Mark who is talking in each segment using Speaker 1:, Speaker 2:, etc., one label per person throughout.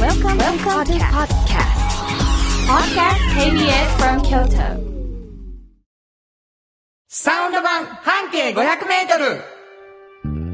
Speaker 1: Welcome, to the podcast. Podcast KBS from Kyoto.
Speaker 2: サウンド版半径500メートル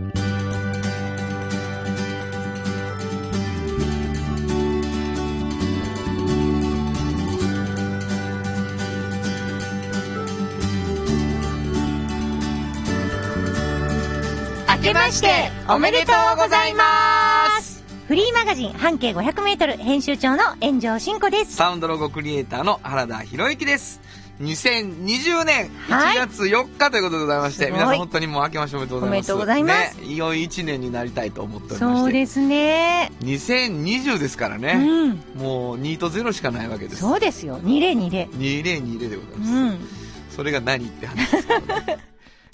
Speaker 3: 明けまして
Speaker 2: おめでとうございます
Speaker 3: フリーマガジン半径 500m 編集長の炎上真子です
Speaker 2: サウンドロゴクリエイターの原田博之です。2020年
Speaker 3: は
Speaker 2: 1
Speaker 3: い
Speaker 2: 月4日ということでございまして、
Speaker 3: すごい
Speaker 2: 皆さん本当にもう明けましておめでとうございます。
Speaker 3: おめでとうございます
Speaker 2: ね、いよいよ1年になりたいと思っておりまして。
Speaker 3: そうですね
Speaker 2: 2020ですから
Speaker 3: う
Speaker 2: ね、
Speaker 3: ん
Speaker 2: もう2と0しかないわけです。
Speaker 3: そうですよ2例2例
Speaker 2: 2020でございうます。
Speaker 3: ん
Speaker 2: それが何って話ですけど ね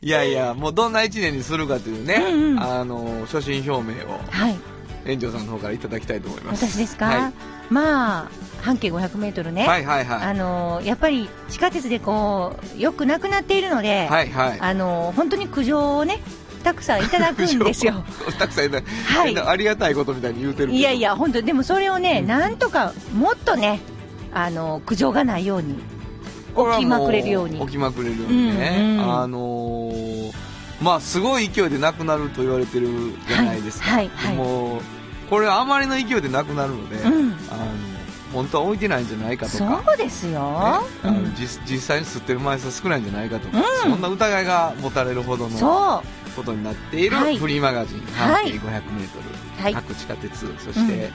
Speaker 2: いやいや、もうどんな1年にするかというね、
Speaker 3: うんうん
Speaker 2: あの、所信表明を
Speaker 3: はい
Speaker 2: 園長さんの方からいただきたいと思います。
Speaker 3: 私ですか、
Speaker 2: は
Speaker 3: まあ半径 500m ね、
Speaker 2: い、はい、はいはい。
Speaker 3: あのやっぱり地下鉄でこうよくなくなっているので、
Speaker 2: はいはい。
Speaker 3: あの本当に苦情をねたくさんいただくんですよ
Speaker 2: たくさんいない、
Speaker 3: はい
Speaker 2: みんなありがたいことみたいに言うてるけど
Speaker 3: いやいや本当でもそれをね、
Speaker 2: うん
Speaker 3: なんとかもっとねあの苦情がないように
Speaker 2: これはも
Speaker 3: 起きまくれるように
Speaker 2: 起きまくれるようにね、
Speaker 3: うんうん
Speaker 2: あのーまあすごい勢いでなくなると言われてるじゃないですか、
Speaker 3: はいはいはい
Speaker 2: もうこれはあまりの勢いでなくなるので、
Speaker 3: うん
Speaker 2: あの本当は置いてないんじゃないかと
Speaker 3: そ
Speaker 2: か、
Speaker 3: うですよ、
Speaker 2: ね
Speaker 3: う
Speaker 2: あの
Speaker 3: ん、
Speaker 2: 実実際に吸ってる枚数少ないんじゃないかとか、
Speaker 3: うん
Speaker 2: そんな疑いが持たれるほどの
Speaker 3: そう
Speaker 2: ことになっている
Speaker 3: はい
Speaker 2: フリーマガジン「
Speaker 3: は
Speaker 2: 半
Speaker 3: い
Speaker 2: 径 500m、
Speaker 3: はい
Speaker 2: 各地下鉄そして、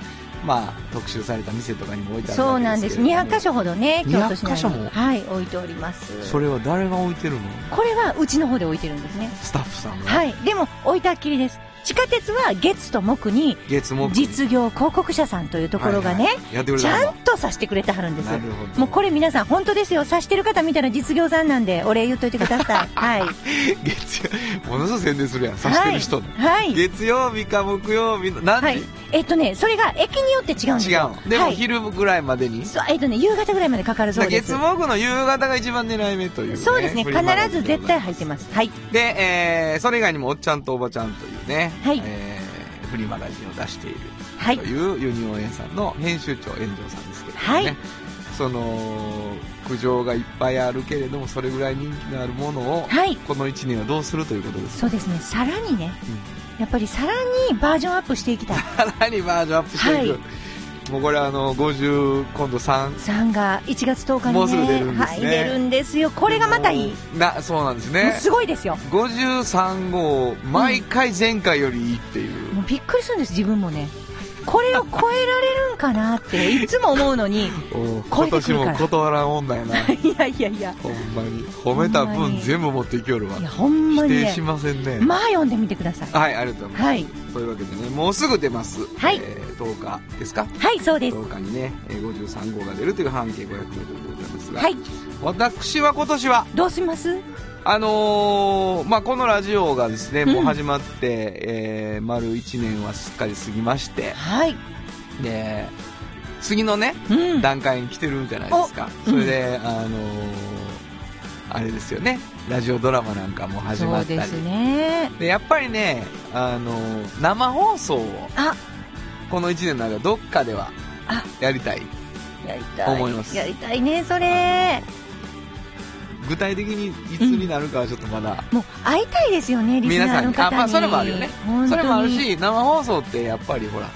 Speaker 2: まあ、特集された店とかにも置いてある
Speaker 3: そう
Speaker 2: わ
Speaker 3: なん
Speaker 2: けで
Speaker 3: ですす
Speaker 2: けれども
Speaker 3: 200箇所ほどね京都市
Speaker 2: 200箇所
Speaker 3: 内
Speaker 2: も
Speaker 3: にはい置いております
Speaker 2: それは誰が置いてるの
Speaker 3: これはうちの方で置いてるんですね
Speaker 2: スタッフさんが、
Speaker 3: はいでも置いたっきりです地下鉄は月と木に
Speaker 2: 月木
Speaker 3: 実業広告社さんというところがね、
Speaker 2: はいはいやってくれ
Speaker 3: ち
Speaker 2: たん
Speaker 3: ゃ
Speaker 2: だ
Speaker 3: んとさしてくれてはるんです
Speaker 2: なるほど
Speaker 3: もうこれ皆さん本当ですよさしてる方見たら実業さんなんでお礼言っといてくだ さいはい
Speaker 2: 月ものすごい宣伝するやんさしてる人の、
Speaker 3: はい、はい
Speaker 2: 月曜日か木曜日の何時、
Speaker 3: はい、えっとねそれが駅によって違うんです
Speaker 2: 違う
Speaker 3: よ
Speaker 2: のでも
Speaker 3: はい、
Speaker 2: 昼ぐらいまでに、
Speaker 3: そうえっとね夕方ぐらいまでかかるそうです
Speaker 2: 月木の夕方が一番狙い目という、ね、
Speaker 3: そうですね
Speaker 2: フ
Speaker 3: 必
Speaker 2: リーマガジ
Speaker 3: ず
Speaker 2: ンで
Speaker 3: 絶
Speaker 2: ござ
Speaker 3: 対
Speaker 2: い
Speaker 3: 入ってますはい
Speaker 2: すで、えーそれ以外にもおっちゃんとおばちゃんというね、
Speaker 3: はい
Speaker 2: えーフリーマガジンを出している
Speaker 3: はい
Speaker 2: というユニオン園さんの編集長遠藤さんですけれどもね、
Speaker 3: はい
Speaker 2: その苦情がいっぱいあるけれどもそれぐらい人気のあるものを、
Speaker 3: はい
Speaker 2: この1年はどうするということです
Speaker 3: そうですねさらにね、やっぱりさらにバージョンアップしていきたい
Speaker 2: さらにバージョンアップしていく、
Speaker 3: は
Speaker 2: もうこれあの50今度3
Speaker 3: 3が1月10日にね
Speaker 2: もうすぐ出るんですね
Speaker 3: はい、出るんですよこれがまたいい、
Speaker 2: なそうなんです
Speaker 3: もう
Speaker 2: ね
Speaker 3: すごいですよ
Speaker 2: 53号毎回前回よりいいっていう、
Speaker 3: もうびっくりするんです自分もねこれを超えられるんかな っていつも思うのに
Speaker 2: お
Speaker 3: 超え
Speaker 2: 今
Speaker 3: てく
Speaker 2: 年
Speaker 3: るから
Speaker 2: も断らん女やな
Speaker 3: いやいやいや
Speaker 2: ほんまに褒め
Speaker 3: ほ
Speaker 2: た
Speaker 3: んま
Speaker 2: 分
Speaker 3: に
Speaker 2: 全部持っていきよるわ
Speaker 3: いやほんま
Speaker 2: 否
Speaker 3: に
Speaker 2: 定
Speaker 3: ね
Speaker 2: しませんね、
Speaker 3: まあ読んでみてください
Speaker 2: はいありがとうございます、
Speaker 3: はい
Speaker 2: というわけでねもうすぐ出ます、
Speaker 3: はい
Speaker 2: えー10日ですか
Speaker 3: はいそうです
Speaker 2: 10日にねえー53号が出るという半径 500m でございますが、
Speaker 3: はい
Speaker 2: 私は今年は
Speaker 3: どうします
Speaker 2: あのーまあ、このラジオがですね、
Speaker 3: うん
Speaker 2: もう始まって、えー丸1年はすっかり過ぎまして
Speaker 3: はい
Speaker 2: で次のね
Speaker 3: うん
Speaker 2: 段階に来てるんじゃないですか、
Speaker 3: お
Speaker 2: それで、あのーあれですよねラジオドラマなんかも始
Speaker 3: そ
Speaker 2: まっ
Speaker 3: うで
Speaker 2: たり
Speaker 3: すね
Speaker 2: でやっぱりね、あのー生放送を
Speaker 3: あ
Speaker 2: この1年の間どっかでは
Speaker 3: あ
Speaker 2: やりたい
Speaker 3: やりたい
Speaker 2: 思います
Speaker 3: やりたいねそれ
Speaker 2: 具体的にいつになるかはちょっとまだ、
Speaker 3: もう会いたいですよねリス
Speaker 2: 皆
Speaker 3: ナ
Speaker 2: さ
Speaker 3: ー
Speaker 2: ん
Speaker 3: の
Speaker 2: に
Speaker 3: 方に
Speaker 2: あまあそれもあるよね
Speaker 3: 本当に
Speaker 2: それもあるし生放送ってやっぱりほら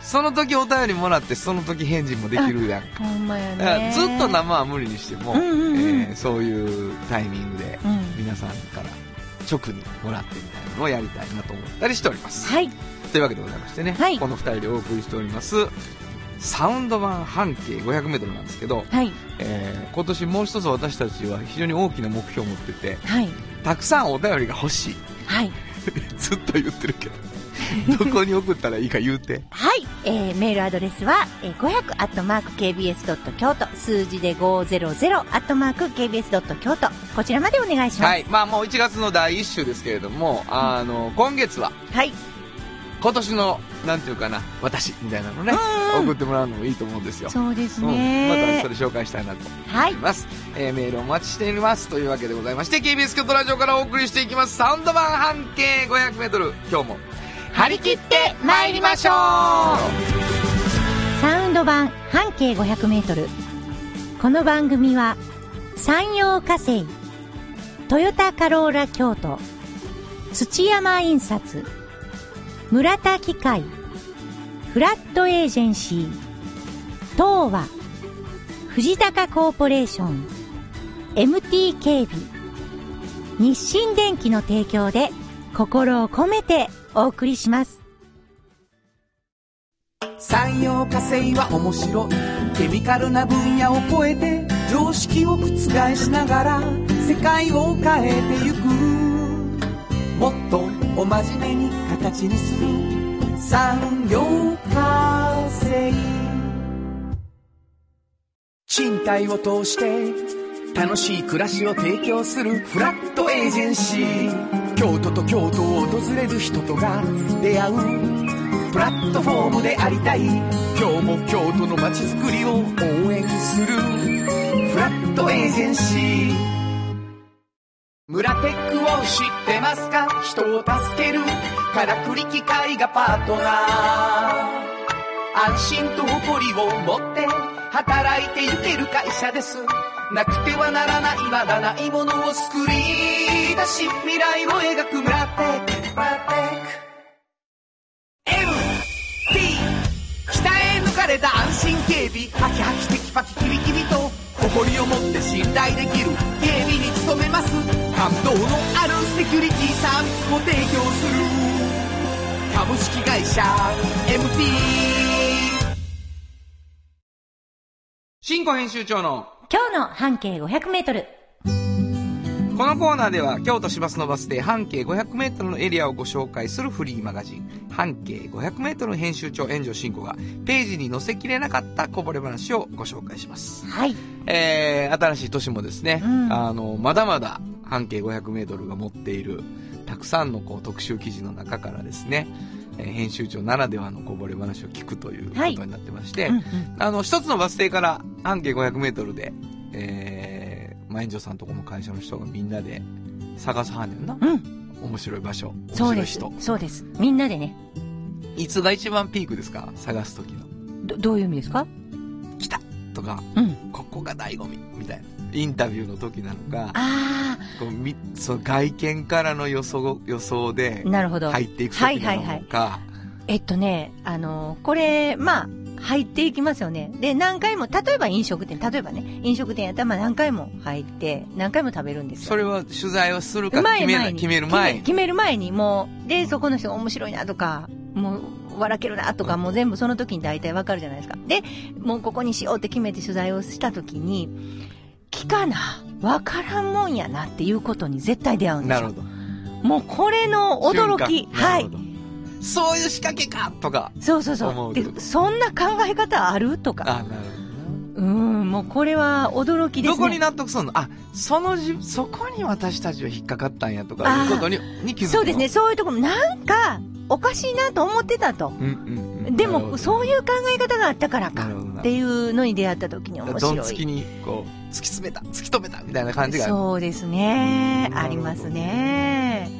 Speaker 2: その時お便りもらってその時返事もできるやん
Speaker 3: ほんまや
Speaker 2: だから
Speaker 3: ね
Speaker 2: ずっと生は無理にしても、
Speaker 3: うんうんうん
Speaker 2: えーそういうタイミングで
Speaker 3: うん
Speaker 2: 皆さんから直にもらってみたいなのをやりたいなと思ったりしております、
Speaker 3: はい
Speaker 2: というわけでございましてね、
Speaker 3: はい
Speaker 2: この2人でお送りしておりますサウンド版半径 500m なんですけど、
Speaker 3: はい
Speaker 2: えー今年もう一つ私たちは非常に大きな目標を持ってて
Speaker 3: はい
Speaker 2: たくさんお便りが欲しい
Speaker 3: はい
Speaker 2: ずっと言ってるけ どどこに送ったらいいか言うて
Speaker 3: はい、えーメールアドレスは、えー、500アットマーク KBS ドット京都数字で500アットマーク KBS ドット京都こちらまでお願いします
Speaker 2: はいまあもう1月の第1週ですけれどもあの今月は
Speaker 3: はい
Speaker 2: 今年のなんていうかな私みたいなのね
Speaker 3: うんうん
Speaker 2: 送ってもらうのもいいと思うんですよ
Speaker 3: そうです
Speaker 2: うんま
Speaker 3: ね
Speaker 2: たそれ紹介したいなと
Speaker 3: は
Speaker 2: 思い
Speaker 3: い
Speaker 2: ます、えーメールお待ちしていますというわけでございまして KBS 京都ラジオからお送りしていきますサウンド版半径 500m 今日も張り切って参りましょう
Speaker 3: ンド版半径500メートル。この番組は、山陽火星、トヨタカローラ京都、土山印刷、村田機械、フラットエージェンシー、東和、藤高コーポレーション、MT 警備、日清電機の提供で心を込めてお送りします。
Speaker 4: 産業化成は面白いケミカルな分野を超えて常識を覆しながら世界を変えてゆくもっとおまじめに形にする産業化成賃貸を通して楽しい暮らしを提供するフラットエージェンシー京都と京都を訪れる人とが出会うプラットフォームでありたい今日も京都の街づくりを応援するフラットエージェンシー村テックを知ってますか人を助けるからくり機械がパートナー安心と誇りを持って働いてゆける会社ですなくてはならないまだないものを作り出し未来を描く村テック村テック MT 北へ抜かれた安心警備ハキハキテキパキキビキビと誇りを持って信頼できる警備に努めます感動のあるセキュリティサービスを提供する株式会社 MT
Speaker 2: 新庫編集長の
Speaker 3: 今日の半径500メートル。
Speaker 2: このコーナーでは京都市バスのバス停半径 500m のエリアをご紹介するフリーマガジン半径 500m 編集長炎上信子がページに載せきれなかったこぼれ話をご紹介します。
Speaker 3: はい。
Speaker 2: えー、新しい年もですね、
Speaker 3: うん
Speaker 2: あの、まだまだ半径 500m が持っているたくさんのこう特集記事の中からですね、えー編集長ならではのこぼれ話を聞くということ
Speaker 3: はい
Speaker 2: になってまして、
Speaker 3: うんうん
Speaker 2: あの、一つのバス停から半径500メートルで、えー、まあ、園長さんとこの会社の人がみんなで探すはんねんな。
Speaker 3: うん、
Speaker 2: 面白い場所、面
Speaker 3: そう
Speaker 2: 白
Speaker 3: で
Speaker 2: い
Speaker 3: す
Speaker 2: 人。。
Speaker 3: そうです。みんなでね、
Speaker 2: いつが一番ピークですか探す時の。
Speaker 3: ど、どういう意味ですか
Speaker 2: 来たとか、
Speaker 3: うん。
Speaker 2: ここが醍醐味みたいな。インタビューの時なのか、
Speaker 3: あ
Speaker 2: こうみその外見からの予想、予想で
Speaker 3: ー、なるほど。
Speaker 2: 入っていく時なのか、
Speaker 3: はいはいえっとね、あのこれ、まあ、入っていきますよね。で、何回も、例えば飲食店、例えばね、飲食店やったらまあ何回も入って、何回も食べるんですよ。
Speaker 2: それは取材をするか
Speaker 3: うまい
Speaker 2: 決めな
Speaker 3: 前に
Speaker 2: 決める前
Speaker 3: 決め
Speaker 2: に。
Speaker 3: 決める前にもう、で、そこの人が面白いなとか、もう、笑けるなとか、もう全部その時に大体わかるじゃないですか。で、もうここにしようって決めて取材をした時に、聞かな、わからんもんやなっていうことに絶対出会うんで
Speaker 2: な
Speaker 3: す
Speaker 2: るほ
Speaker 3: よ。
Speaker 2: ど。
Speaker 3: もうこれの驚き
Speaker 2: 瞬。間
Speaker 3: は。
Speaker 2: ないる。ほどそういう仕掛けかとか。
Speaker 3: そうそうそ
Speaker 2: 思
Speaker 3: う。
Speaker 2: う
Speaker 3: で
Speaker 2: けど、
Speaker 3: そんな考え方あるとか。
Speaker 2: あ、なるほどな。
Speaker 3: うん、もうこれは驚きですね。
Speaker 2: どこに納得するのあ、そのじ、そこに私たちは引っかかったんやとか、いうことに、に気づくの
Speaker 3: そうですね、。そういうところ、なんか、おかしいなと思ってたと。
Speaker 2: うんうんうん。
Speaker 3: で
Speaker 2: なるほ
Speaker 3: も、
Speaker 2: ど
Speaker 3: そういう考え方があったからか
Speaker 2: なるほどな
Speaker 3: っていうのに出会った時に面
Speaker 2: どん
Speaker 3: 白
Speaker 2: つき
Speaker 3: い。
Speaker 2: に、こう、突き詰めた、突き止めた、みたいな感じがある。
Speaker 3: そうですね。
Speaker 2: うん
Speaker 3: ありますね。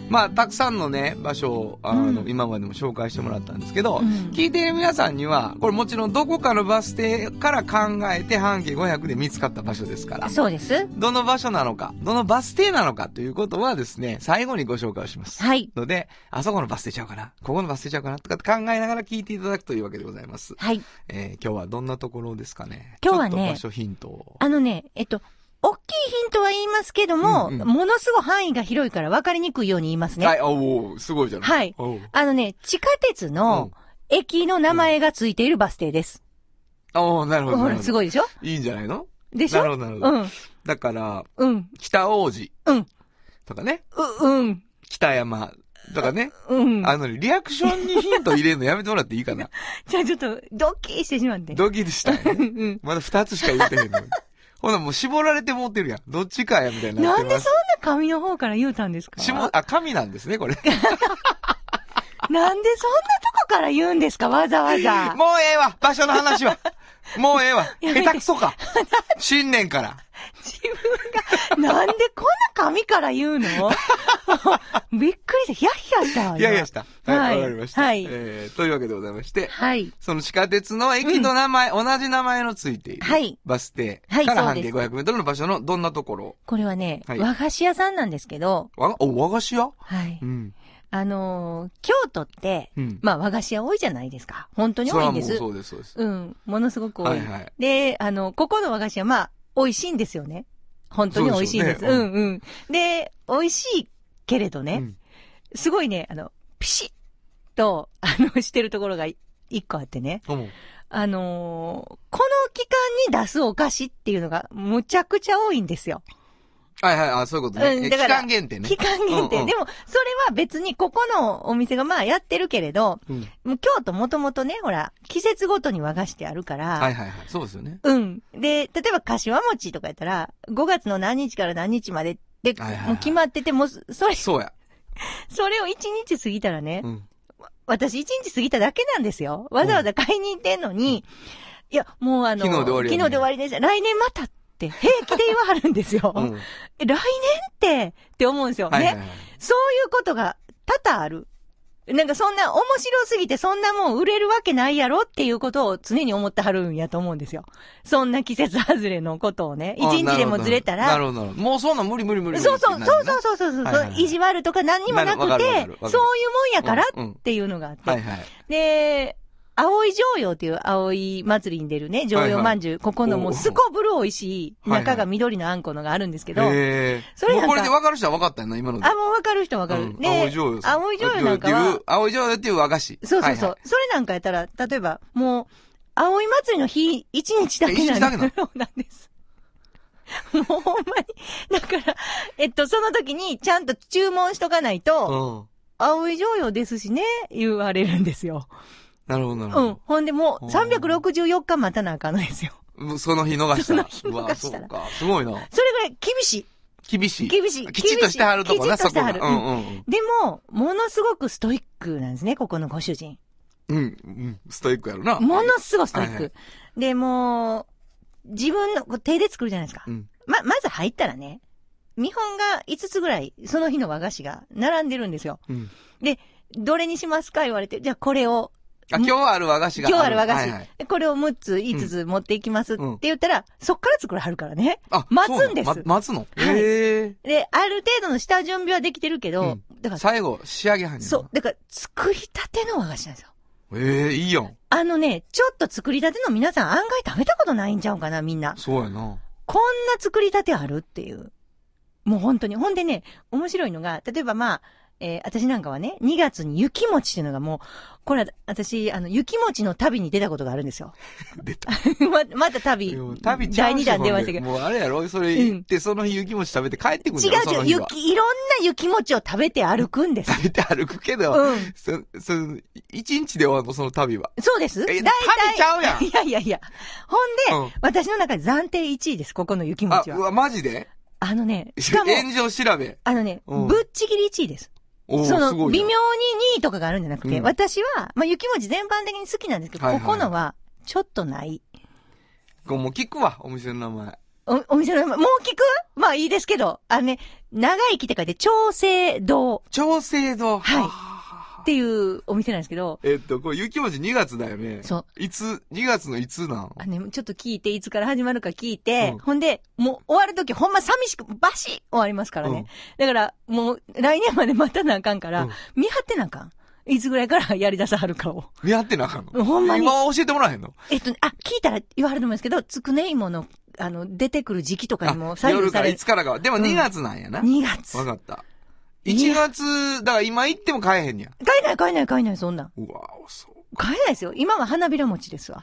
Speaker 2: まあ、たくさんのね、場所を、あの、
Speaker 3: うん
Speaker 2: 今までも紹介してもらったんですけど、
Speaker 3: うん
Speaker 2: 聞いている皆さんには、これもちろんどこかのバス停から考えて半径500で見つかった場所ですから、
Speaker 3: そうです。
Speaker 2: どの場所なのか、どのバス停なのかということはですね、最後にご紹介をします。
Speaker 3: はい。
Speaker 2: ので、あそこのバス停ちゃうかな、ここのバス停ちゃうかなとかって考えながら聞いていただくというわけでございます。
Speaker 3: はい。
Speaker 2: えー今日はどんなところですかね
Speaker 3: 今日はね
Speaker 2: ちょっと場所ヒントを。
Speaker 3: あのね、えっと、大きいヒントは言いますけども、
Speaker 2: うんうん
Speaker 3: ものすごい範囲が広いから分かりにくいように言いますね。
Speaker 2: はい、おおすごいじゃない
Speaker 3: はい
Speaker 2: おう
Speaker 3: あのね、地下鉄の駅の名前がついているバス停です。
Speaker 2: おうなるほど。
Speaker 3: ほ
Speaker 2: なる
Speaker 3: ら、
Speaker 2: ほ
Speaker 3: す
Speaker 2: ど
Speaker 3: ごいでしょ
Speaker 2: いいんじゃないの
Speaker 3: でし
Speaker 2: なる
Speaker 3: ょ
Speaker 2: ほど、なるほど。
Speaker 3: うん、
Speaker 2: だから、
Speaker 3: うん、
Speaker 2: 北王子
Speaker 3: うん、
Speaker 2: とかね、
Speaker 3: う、うん、
Speaker 2: 北山とかね、
Speaker 3: うん。
Speaker 2: あのね、リアクションにヒント入れるのやめてもらっていいか な
Speaker 3: じゃあちょっと、ドッキリしてしまって。
Speaker 2: ドキドキしたよね。
Speaker 3: うん
Speaker 2: まだ二つしか言ってへんのに。ほな、もう絞られてもうてるやん。どっちかや、みたいになっ
Speaker 3: な
Speaker 2: て
Speaker 3: ん
Speaker 2: ます。
Speaker 3: でそんな紙の方から言うたんですか
Speaker 2: 絞あ、神なんですね、これ。
Speaker 3: なんでそんなとこから言うんですかわざわざ。
Speaker 2: もうええわ場所の話はもうええわ
Speaker 3: やめて
Speaker 2: 下手くそか新年から
Speaker 3: なんでこんな紙から言 うのびっくりした。ヒヤヒヤしたわ。
Speaker 2: いやいやした。はい、わ、
Speaker 3: はい
Speaker 2: かりました。
Speaker 3: はい
Speaker 2: えーというわけでございまして、
Speaker 3: はい。
Speaker 2: その地下鉄の駅の名前、同じ名前のついている、
Speaker 3: はい
Speaker 2: バス停か
Speaker 3: はい
Speaker 2: ら
Speaker 3: そう
Speaker 2: 半
Speaker 3: で
Speaker 2: 径
Speaker 3: す
Speaker 2: 500メートルの場所のどんなところ
Speaker 3: これはね、
Speaker 2: はい
Speaker 3: 和菓子屋さんなんですけど、
Speaker 2: わ、お、和菓子屋
Speaker 3: はい。
Speaker 2: うん。
Speaker 3: あのー京都って、
Speaker 2: うん。
Speaker 3: まあ和菓子屋多いじゃないですか。本当に
Speaker 2: そ
Speaker 3: 多
Speaker 2: れ
Speaker 3: い
Speaker 2: は
Speaker 3: ん
Speaker 2: も
Speaker 3: で
Speaker 2: う
Speaker 3: す。
Speaker 2: そうです、そうです。
Speaker 3: うん。ものすごく多い。
Speaker 2: はいはい
Speaker 3: で、あの、ここの和菓子は、まあ、美味しいんですよね。本当に美味しいんです。
Speaker 2: そううですよ
Speaker 3: んうん。で、美味しいけれどね、
Speaker 2: うん
Speaker 3: すごいね、あの、ピシッと、あの、 してるところがい一個あってね。
Speaker 2: どうも。
Speaker 3: あのーこの期間に出すお菓子っていうのが、むちゃくちゃ多いんですよ。
Speaker 2: はいはい、あ、そういうことね。
Speaker 3: うん
Speaker 2: え
Speaker 3: だから
Speaker 2: 期間限定ね。
Speaker 3: 期間限定。
Speaker 2: うんうん
Speaker 3: でも、それは別にここのお店がまあやってるけれど、
Speaker 2: うん
Speaker 3: もう京都もともとね、ほら、季節ごとに和菓子ってあるから、
Speaker 2: はいはいはい。そうですよね。
Speaker 3: うん。で、例えば、柏餅とかやったら、5月の何日から何日までって、
Speaker 2: はいはいはい
Speaker 3: もう決まってて、もう、それ、
Speaker 2: そうや。
Speaker 3: それを1日過ぎたらね、
Speaker 2: うん。
Speaker 3: 私1日過ぎただけなんですよ。わざわざ買いに行ってんのに、いや、もうあの、
Speaker 2: 昨日で終わりやね
Speaker 3: 昨日で終わりでした。来年またって、平気で言わはるんですよ。
Speaker 2: うん。
Speaker 3: え来年って、って思うんですよ。
Speaker 2: はいはい
Speaker 3: ね。
Speaker 2: はい。
Speaker 3: そういうことが多々ある。なんかそんな面白すぎてそんなもう売れるわけないやろっていうことを常に思ってはるんやと思うんですよ。そんな季節外れのことをね。一
Speaker 2: あ
Speaker 3: 日でもずれた
Speaker 2: な
Speaker 3: ら。
Speaker 2: るほど、なるほど。もうそんなん無理無理無理無理
Speaker 3: そうそう、
Speaker 2: って
Speaker 3: そ
Speaker 2: な
Speaker 3: う
Speaker 2: るな
Speaker 3: そうそうそうそう、
Speaker 2: はいはいはい
Speaker 3: 意地悪とか何にもなくて、
Speaker 2: わ
Speaker 3: そう
Speaker 2: かるわ
Speaker 3: い
Speaker 2: か
Speaker 3: う
Speaker 2: るわ
Speaker 3: も
Speaker 2: か
Speaker 3: ん
Speaker 2: る
Speaker 3: やから
Speaker 2: うんうん
Speaker 3: っていうのがあって。
Speaker 2: はいはい。
Speaker 3: で、葵城陽っていう葵祭りに出るね、城陽まんじゅう、ここのもうすこぶる美味しい、中が緑のあんこのがあるんですけど、
Speaker 2: へえ。
Speaker 3: それなん
Speaker 2: も
Speaker 3: か
Speaker 2: うこれで分かる人は分かったよな、今ので。
Speaker 3: あ、もうわかる人わか
Speaker 2: う
Speaker 3: る。
Speaker 2: ん
Speaker 3: で、
Speaker 2: 青い醤油さん。
Speaker 3: 葵醤油なんかは
Speaker 2: っていう、青い醤油っていう和菓子。
Speaker 3: そうそう
Speaker 2: はい
Speaker 3: そう。
Speaker 2: はい
Speaker 3: それなんかやったら、例えば、もう、葵祭りの日、一日だけ
Speaker 2: 一日
Speaker 3: な
Speaker 2: だけ
Speaker 3: ん
Speaker 2: なの
Speaker 3: です。 そうなんです。もうほんまに。だから、えっと、その時に、ちゃんと注文しとかないと、
Speaker 2: うん。
Speaker 3: 葵常用ですしね、言われるんですよ。
Speaker 2: なるほど、なる
Speaker 3: う
Speaker 2: ほ
Speaker 3: ん。ほんでもう、
Speaker 2: うん
Speaker 3: 364日待たなあかんのですよ。
Speaker 2: ど。うんその日逃したら。
Speaker 3: その日逃したら
Speaker 2: うわそうか。すごいな。
Speaker 3: それぐらい厳し
Speaker 2: 厳しい。
Speaker 3: 厳しい
Speaker 2: きちっとしてはるとこ
Speaker 3: 厳
Speaker 2: な、
Speaker 3: しい
Speaker 2: そこが。
Speaker 3: きちっとして
Speaker 2: う
Speaker 3: はる
Speaker 2: んうん
Speaker 3: い。でも、ものすごくストイックなんですね、ここのご主人。
Speaker 2: うん。うん、うん。ストイックやろな。
Speaker 3: ものすごいストイック。
Speaker 2: はいはい
Speaker 3: で、もう、自分のこう手で作るじゃないですか。
Speaker 2: うん。
Speaker 3: ま、まず入ったらね、見本が5つぐらい、その日の和菓子が並んでるんですよ。
Speaker 2: うん。
Speaker 3: どれにしますか言われて、じゃあこれを、
Speaker 2: あ、今日ある和菓子
Speaker 3: 今
Speaker 2: が。
Speaker 3: 日ある和菓子、
Speaker 2: はいはい
Speaker 3: これを6つ、5つ持っていきますって言ったら、そっから作らはるからね。
Speaker 2: あ、
Speaker 3: 待つんです
Speaker 2: そうなのま待つの。
Speaker 3: はい
Speaker 2: へ
Speaker 3: で、ある程度の下準備はできてるけど、
Speaker 2: うん
Speaker 3: だか
Speaker 2: え。
Speaker 3: ら、
Speaker 2: 最後、仕上げはんねんな
Speaker 3: そう、。だから作りたての和菓子なんですよ。
Speaker 2: ええ、いいやん。
Speaker 3: あのね、ちょっと作りたての皆さん案外食べたことないんちゃうかな、みんな。
Speaker 2: そうやな。
Speaker 3: こんな作りたてあるっていう。もう本当に。ほんでね、面白いのが、例えばまあ、えー私なんかはね、2月に雪餅っていうのがもう、これ、私、あの、雪餅の旅に出たことがあるんですよ。
Speaker 2: 出た。
Speaker 3: ま、また旅。
Speaker 2: でも旅ちゃう
Speaker 3: 第
Speaker 2: し
Speaker 3: 2弾出ましたけど。
Speaker 2: もうあれやろそれ行って、その日雪餅食べて帰ってくるんだろそ
Speaker 3: 違う違
Speaker 2: の
Speaker 3: う、
Speaker 2: 日は
Speaker 3: 雪、いろんな雪餅を食べて歩くん です。
Speaker 2: 食べて歩くけど、
Speaker 3: うん
Speaker 2: そ、そ、一日で終わるの、その旅は。
Speaker 3: そうです大
Speaker 2: え
Speaker 3: 体。
Speaker 2: 旅ちゃうや ん
Speaker 3: いやいやいや。ほんで、
Speaker 2: う
Speaker 3: 私の中で暫定1位です、ここの雪
Speaker 2: あ、
Speaker 3: 餅
Speaker 2: う
Speaker 3: は。
Speaker 2: わ、マジで
Speaker 3: あのね、しかも、
Speaker 2: 炎上調べ。
Speaker 3: あのね、
Speaker 2: うん
Speaker 3: ぶっちぎり1位です。
Speaker 2: おー
Speaker 3: そ
Speaker 2: すご
Speaker 3: の、
Speaker 2: い
Speaker 3: 微
Speaker 2: な
Speaker 3: 妙に2位とかがあるんじゃなくて、
Speaker 2: うん
Speaker 3: 私は、まあ、雪餅全般的に好きなんですけど、
Speaker 2: はいはい
Speaker 3: ここのは、ちょっとない。
Speaker 2: こうもう聞くわ、お店の名前。
Speaker 3: お、お店の名前、もう聞くまあいいですけど、あのね、長生きって書いて、調整堂
Speaker 2: 調整堂。
Speaker 3: はい
Speaker 2: は
Speaker 3: っ
Speaker 2: い。
Speaker 3: ていうお店なんですけど、
Speaker 2: えっと、これ雪餅2月だよね。
Speaker 3: そう。
Speaker 2: いつ、2月のいつなの
Speaker 3: あのね、ちょっと聞いて、いつから始まるか聞いて、
Speaker 2: うん
Speaker 3: ほんで、もう終わるときほんま寂しく、バシッ終わりますからね。だから、もう来年まで待たなあかんから、
Speaker 2: うん
Speaker 3: 見張ってなあかん。いつぐらいからやり出さはるかを。
Speaker 2: 見合ってなあかんの。
Speaker 3: ほんまに
Speaker 2: 今教えてもらえへんの
Speaker 3: えっと、あ、聞いたら言わはると思うんですけど、つくね芋の、あの、出てくる時期とか
Speaker 2: あ
Speaker 3: にも左
Speaker 2: 夜
Speaker 3: 右
Speaker 2: か
Speaker 3: さ
Speaker 2: ら
Speaker 3: れ
Speaker 2: い
Speaker 3: る
Speaker 2: つ。からかは。でも2月なんやな。わ
Speaker 3: 2月。
Speaker 2: かった。1月、だから今行っても買えへんや。
Speaker 3: 買えない買えない買えない、そんなん。
Speaker 2: うわおそう。
Speaker 3: 買えないですよ。今は花びら餅ですわ。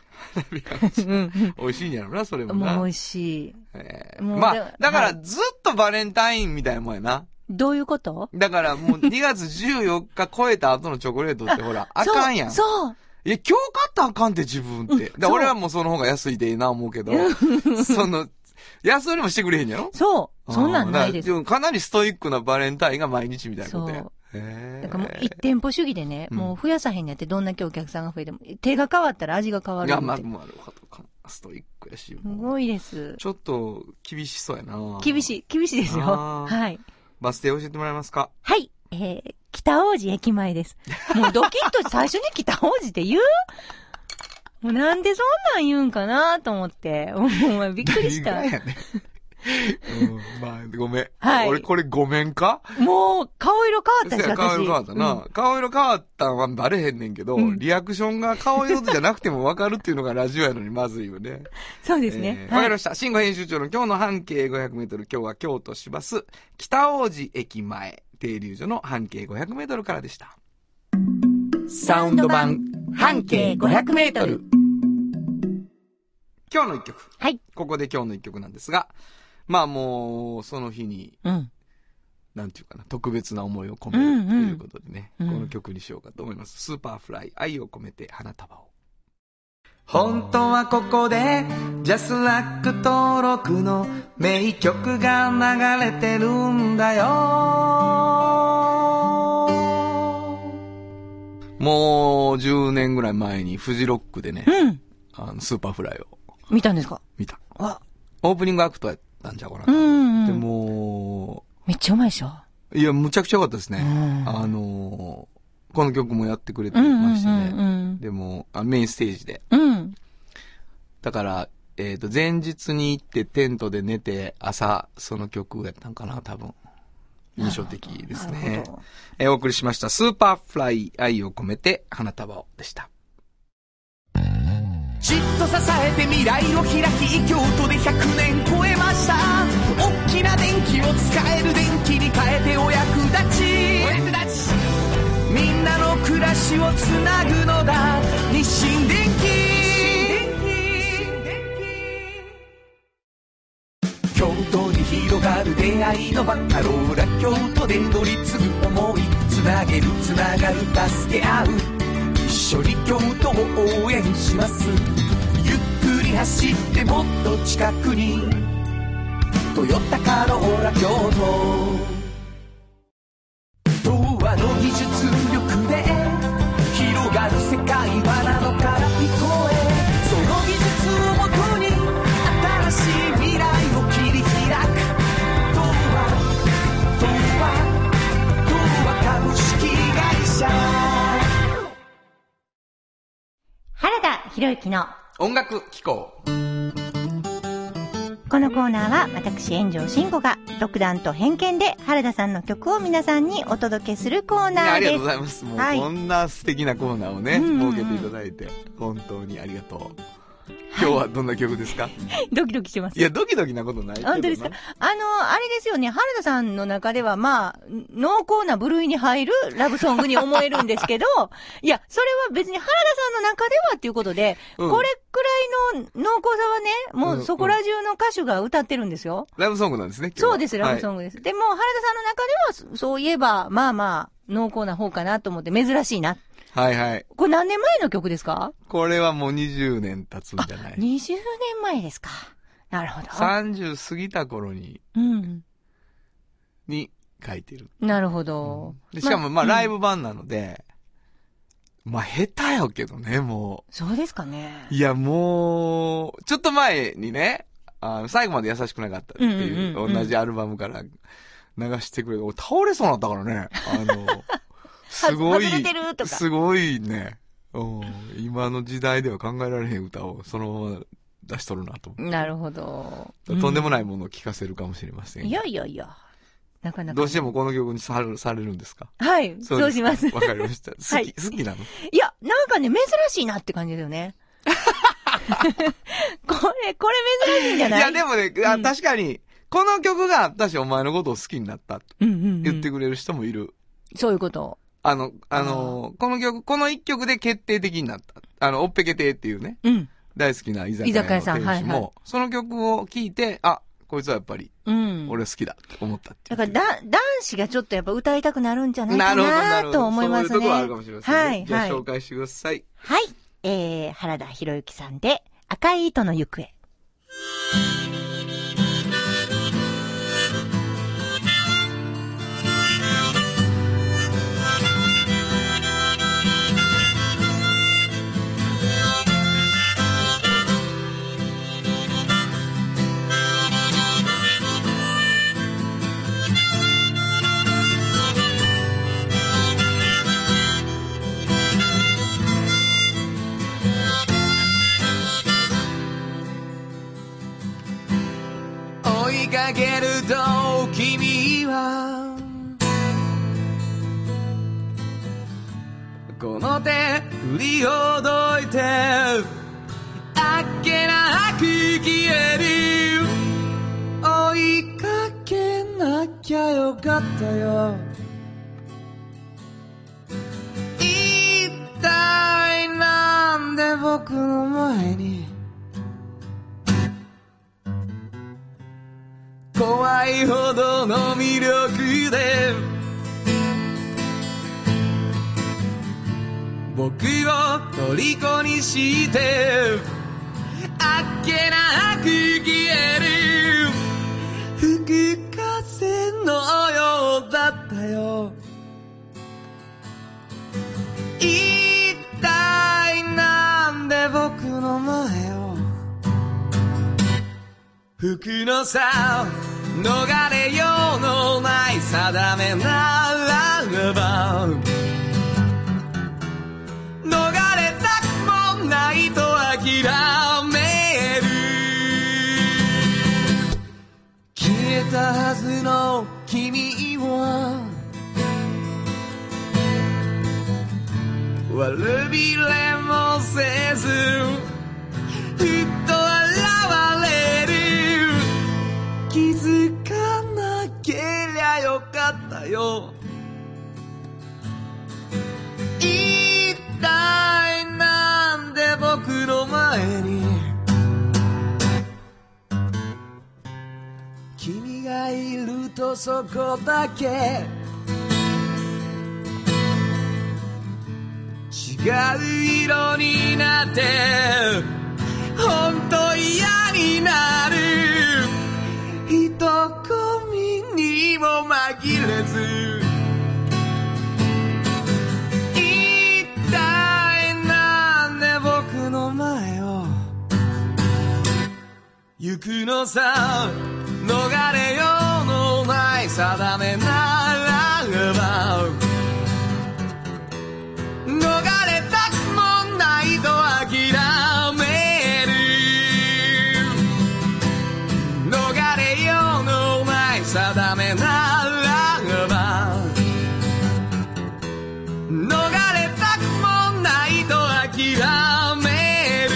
Speaker 3: うん
Speaker 2: 美味しいんやろな、それ
Speaker 3: う
Speaker 2: も
Speaker 3: ん。
Speaker 2: な。
Speaker 3: もう美味しい。
Speaker 2: えー
Speaker 3: もう
Speaker 2: ま
Speaker 3: で
Speaker 2: あ
Speaker 3: は、
Speaker 2: だか
Speaker 3: は
Speaker 2: ら
Speaker 3: い
Speaker 2: ずっとバレンタインみたいなもんやな。
Speaker 3: どういうこと
Speaker 2: だからもう2月14日 超えた後のチョコレートってほら、あかんやん。いや、
Speaker 3: そう。そう
Speaker 2: 今日買ったらあかんって自分って。だから
Speaker 3: そう
Speaker 2: 俺はもうその方が安いでええな思うけど、その、安売りもしてくれへんやろ
Speaker 3: そう。そんなんないです
Speaker 2: あーだから。もかなりストイックなバレンタインが毎日みたいなこと
Speaker 3: そ
Speaker 2: や
Speaker 3: う。
Speaker 2: へ
Speaker 3: だ
Speaker 2: ー
Speaker 3: からもう一店舗主義でね、
Speaker 2: うん
Speaker 3: もう増やさへんやってどんだけお客さんが増えても、手が変わったら味が変わ
Speaker 2: い
Speaker 3: る
Speaker 2: や、
Speaker 3: ん
Speaker 2: ま
Speaker 3: で
Speaker 2: あ、まあ、なるほど。ストイックやし、
Speaker 3: す
Speaker 2: もう
Speaker 3: ごいです。
Speaker 2: ちょっと厳しそうやな
Speaker 3: 厳しい、厳しいですよ。
Speaker 2: あー
Speaker 3: はい。
Speaker 2: バス停教えてもらえますか
Speaker 3: はい。えー、北王子駅前 です。もうドキッと最初に北王子って言うもうなんでそんなん言うんかなと思って。もうびっくりし た
Speaker 2: 意。外やね。うん、まあ、ごめん。
Speaker 3: はい
Speaker 2: 俺、これごめんか
Speaker 3: もう顔色変わったし、
Speaker 2: そ
Speaker 3: 私。
Speaker 2: や顔色変わったな。
Speaker 3: うん
Speaker 2: 顔色変わったんはバレへんねんけど、
Speaker 3: うん
Speaker 2: リアクションが顔色じゃなくてもわかるっていうのがラジオやのにまずいよね。
Speaker 3: そう ですね
Speaker 2: え。
Speaker 3: は
Speaker 2: ーわ、か
Speaker 3: い
Speaker 2: りました。慎吾編集長の今日の半径500メートル、今日は京都市バス、北王子駅前、停留所の半径500メートルからでした。
Speaker 4: サウンド版半径500メートル
Speaker 2: 今日の一曲。
Speaker 3: はい。
Speaker 2: ここで今日の一曲なんですが、まあもう、その日に、
Speaker 3: うん。
Speaker 2: なんていうかな、特別な思いを込めるということでね、
Speaker 3: うんうんうん
Speaker 2: この曲にしようかと思います。スーパーフライ、愛を込めて花束を。本当はここで、ジャスラック登録の名曲が流れてるんだよ。もう10年ぐらい前にフジロックでね、
Speaker 3: うん。
Speaker 2: あのスーパーフライを
Speaker 3: 見たんですか
Speaker 2: 見た。
Speaker 3: あ、
Speaker 2: オープニングアクトやったんじゃうかな。
Speaker 3: うんうん
Speaker 2: でも
Speaker 3: めっちゃうまいでしょ
Speaker 2: う、いや、むちゃくちゃ良かったですね。
Speaker 3: うん
Speaker 2: あのーこの曲もやってくれて
Speaker 3: うんうん
Speaker 2: ましてね。
Speaker 3: うん
Speaker 2: でもあ、メインステージで。
Speaker 3: うん。うん。
Speaker 2: だから、えっ、と、前日に行ってテントで寝て、朝、その曲やったんかな、多分。印象的です
Speaker 3: なる
Speaker 2: ね
Speaker 3: ほど。
Speaker 2: えーお送りしました、スーパーフライ愛を込めて花束をでした。
Speaker 4: じっと支えて未来を開き京都で100年超えました大きな電気を使える電気に変えてお役立ちお役立ちみんなの暮らしをつなぐのだ日清電気京都に広がる出会いのバカローラ京都で乗り継ぐ思いつなげるつながる助け合う一緒に京都を応援しますゆっくり走ってもっと近くに「トヨタカローラ京都」童話の技術力で広がる世界はなのから聞こえその技術をもとに新しい未来を切り開く童話童話童話株式会社
Speaker 3: 原田博之の
Speaker 2: 音楽機構。
Speaker 3: このコーナーは私炎上慎吾が独断と偏見で原田さんの曲を皆さんにお届けするコー
Speaker 2: いや
Speaker 3: ナ
Speaker 2: あ
Speaker 3: ーです。
Speaker 2: りがとうございます。もう、
Speaker 3: はい
Speaker 2: こんな素敵なコーナーをね、
Speaker 3: うんうんうん
Speaker 2: 設けていただいて、本当にありがとう。今日はどんな曲ですか、い、
Speaker 3: ドキドキしてます。
Speaker 2: や、ドキドキなことないけどな
Speaker 3: 本当ですかあの、あれですよね、原田さんの中では、まあ、濃厚な部類に入るラブソングに思えるんです けど、いや、それは別に原田さんの中ではっていうことで、
Speaker 2: うん
Speaker 3: これくらいの濃厚さはね、もうそこら中の歌手が歌ってるんですよ。
Speaker 2: ラブソングなんですね、今日は
Speaker 3: そうです、ラブソ
Speaker 2: はい
Speaker 3: ングです。でも、原田さんの中ではそ、そういえば、まあまあ、濃厚な方かなと思って、珍しいな。
Speaker 2: はいはい。
Speaker 3: これ何年前の曲ですか
Speaker 2: これはもう20年経つんじゃ ない
Speaker 3: ?20 年前ですか。なるほど。
Speaker 2: ?30 過ぎた頃に、
Speaker 3: うん。
Speaker 2: に書いてる。
Speaker 3: なるほど。
Speaker 2: でしかも、まあ、
Speaker 3: うん
Speaker 2: ライブ版なので、まあ、下手やけどね、も
Speaker 3: そうですかね。
Speaker 2: う。いや、もう、ちょっと前にね、あの最後まで優しくなかったっていう、
Speaker 3: うんうんうんうん
Speaker 2: 同じアルバムから流してくれて、俺倒れそうになったからね、あの、すごい、
Speaker 3: 外れてるとか
Speaker 2: すごいね、うん、今の時代では考えられへん歌をそのまま出しとるなと思って。
Speaker 3: なるほど。
Speaker 2: とんでも
Speaker 3: な
Speaker 2: ないものを聞かせるかもしれませんが。
Speaker 3: いやいやいや。なかなか。
Speaker 2: どうしてもこの曲にされるされるんですか
Speaker 3: はい、そう
Speaker 2: ですか
Speaker 3: します。
Speaker 2: わかりました。好き、
Speaker 3: はい
Speaker 2: 好きなの
Speaker 3: いや、なんかね、珍しいなって感じだよ ね。これ、これ珍しいんじゃないい
Speaker 2: や、でもね、あ
Speaker 3: うん
Speaker 2: 確かに、この曲があったし、お前のことを好きになったと
Speaker 3: うんうん、うん。
Speaker 2: 言ってくれる人もいる。
Speaker 3: そういうこと。
Speaker 2: あの、あのーこの曲、この一曲で決定的になった。あの、おっぺけ亭っていうね、
Speaker 3: うん。
Speaker 2: 大好きな居酒屋
Speaker 3: 居
Speaker 2: の店主も、
Speaker 3: 酒屋さんはいはい
Speaker 2: その曲を聴いて、あ、こいつはやっぱり、
Speaker 3: うん。
Speaker 2: 俺好きだと思ったってい
Speaker 3: だ
Speaker 2: う。
Speaker 3: から、だ、男子がちょっとやっぱ歌いたくなるんじゃないか
Speaker 2: なる
Speaker 3: な
Speaker 2: ほど、なるほど。
Speaker 3: と思いますね。
Speaker 2: そういうとこはあるかもしれませんね。
Speaker 3: はい、
Speaker 2: じゃあ
Speaker 3: はい。
Speaker 2: 紹介してください。
Speaker 3: はい。えー、原田博之さんで、赤い糸の行方。
Speaker 2: かけると君はこの手振りほどいてあっけなく消える追いかけなきゃよかったよ一体なんで僕の前に怖いほどの魅力で僕を虜にしてあっけなく消える吹く風のようだったよ一体なんで僕の前を服のさ逃れようのない定めならば逃れたくもないと諦める消えたはずの君は悪びれもせずふっと現れる気づかなけりゃよかったよ一体なんで僕の前に君がいるとそこだけ違う色になって本当嫌になる人混みにも紛れず一体なんで僕の前を行くのさ逃れようのない定めならば逃れたくもないと諦める逃れようのない定めならば逃れたくもないと諦める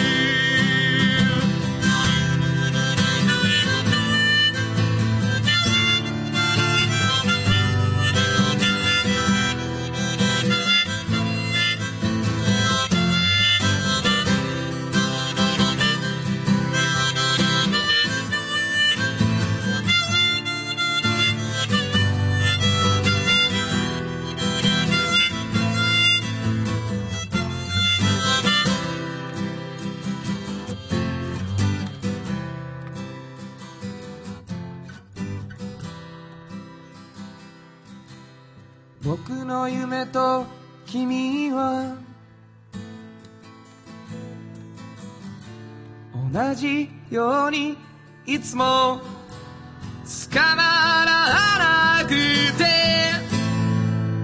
Speaker 2: 僕の夢と君は同じようにいつも捕まらなくて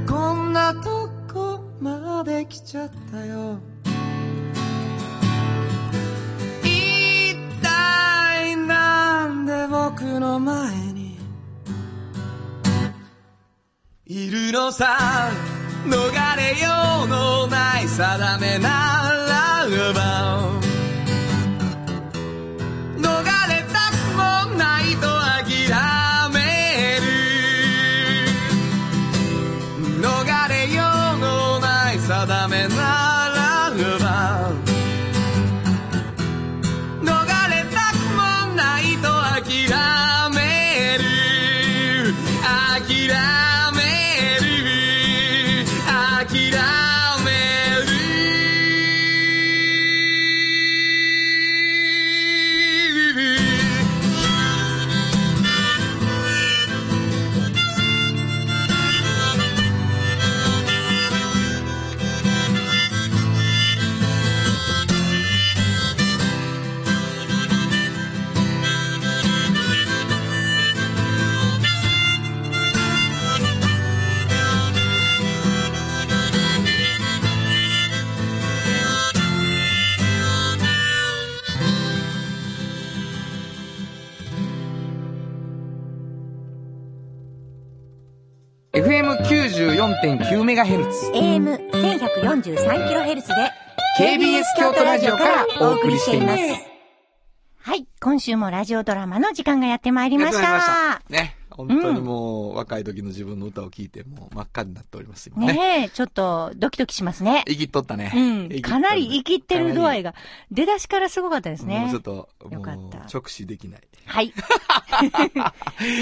Speaker 2: こんなとこまで来ちゃったよ一体なんで僕の前にいるのさ逃れようのない定めならば逃れたくもないと諦める逃れようのない定めならば逃れたくもないと諦める諦める諦める94.9メガヘルツ
Speaker 1: AM1143kHz で
Speaker 2: KBS 京都ラジオからお送りしています。
Speaker 3: はい。今週もラジオドラマの時間がやってまいりまし
Speaker 2: ありがとうございま
Speaker 3: た
Speaker 2: し。ね。本当にもう、若い時の自分の歌を聴いて、もう真っ赤になっております、今ね。
Speaker 3: ねえ、ちょっとドキドキしますね。
Speaker 2: 生きっとったね。
Speaker 3: うん
Speaker 2: 生きっと。った
Speaker 3: かなり生きってる度合いが、出だしからすごかったです
Speaker 2: もう
Speaker 3: ね
Speaker 2: ちょっ。と、
Speaker 3: よかった
Speaker 2: もう、直視できない。
Speaker 3: はい。い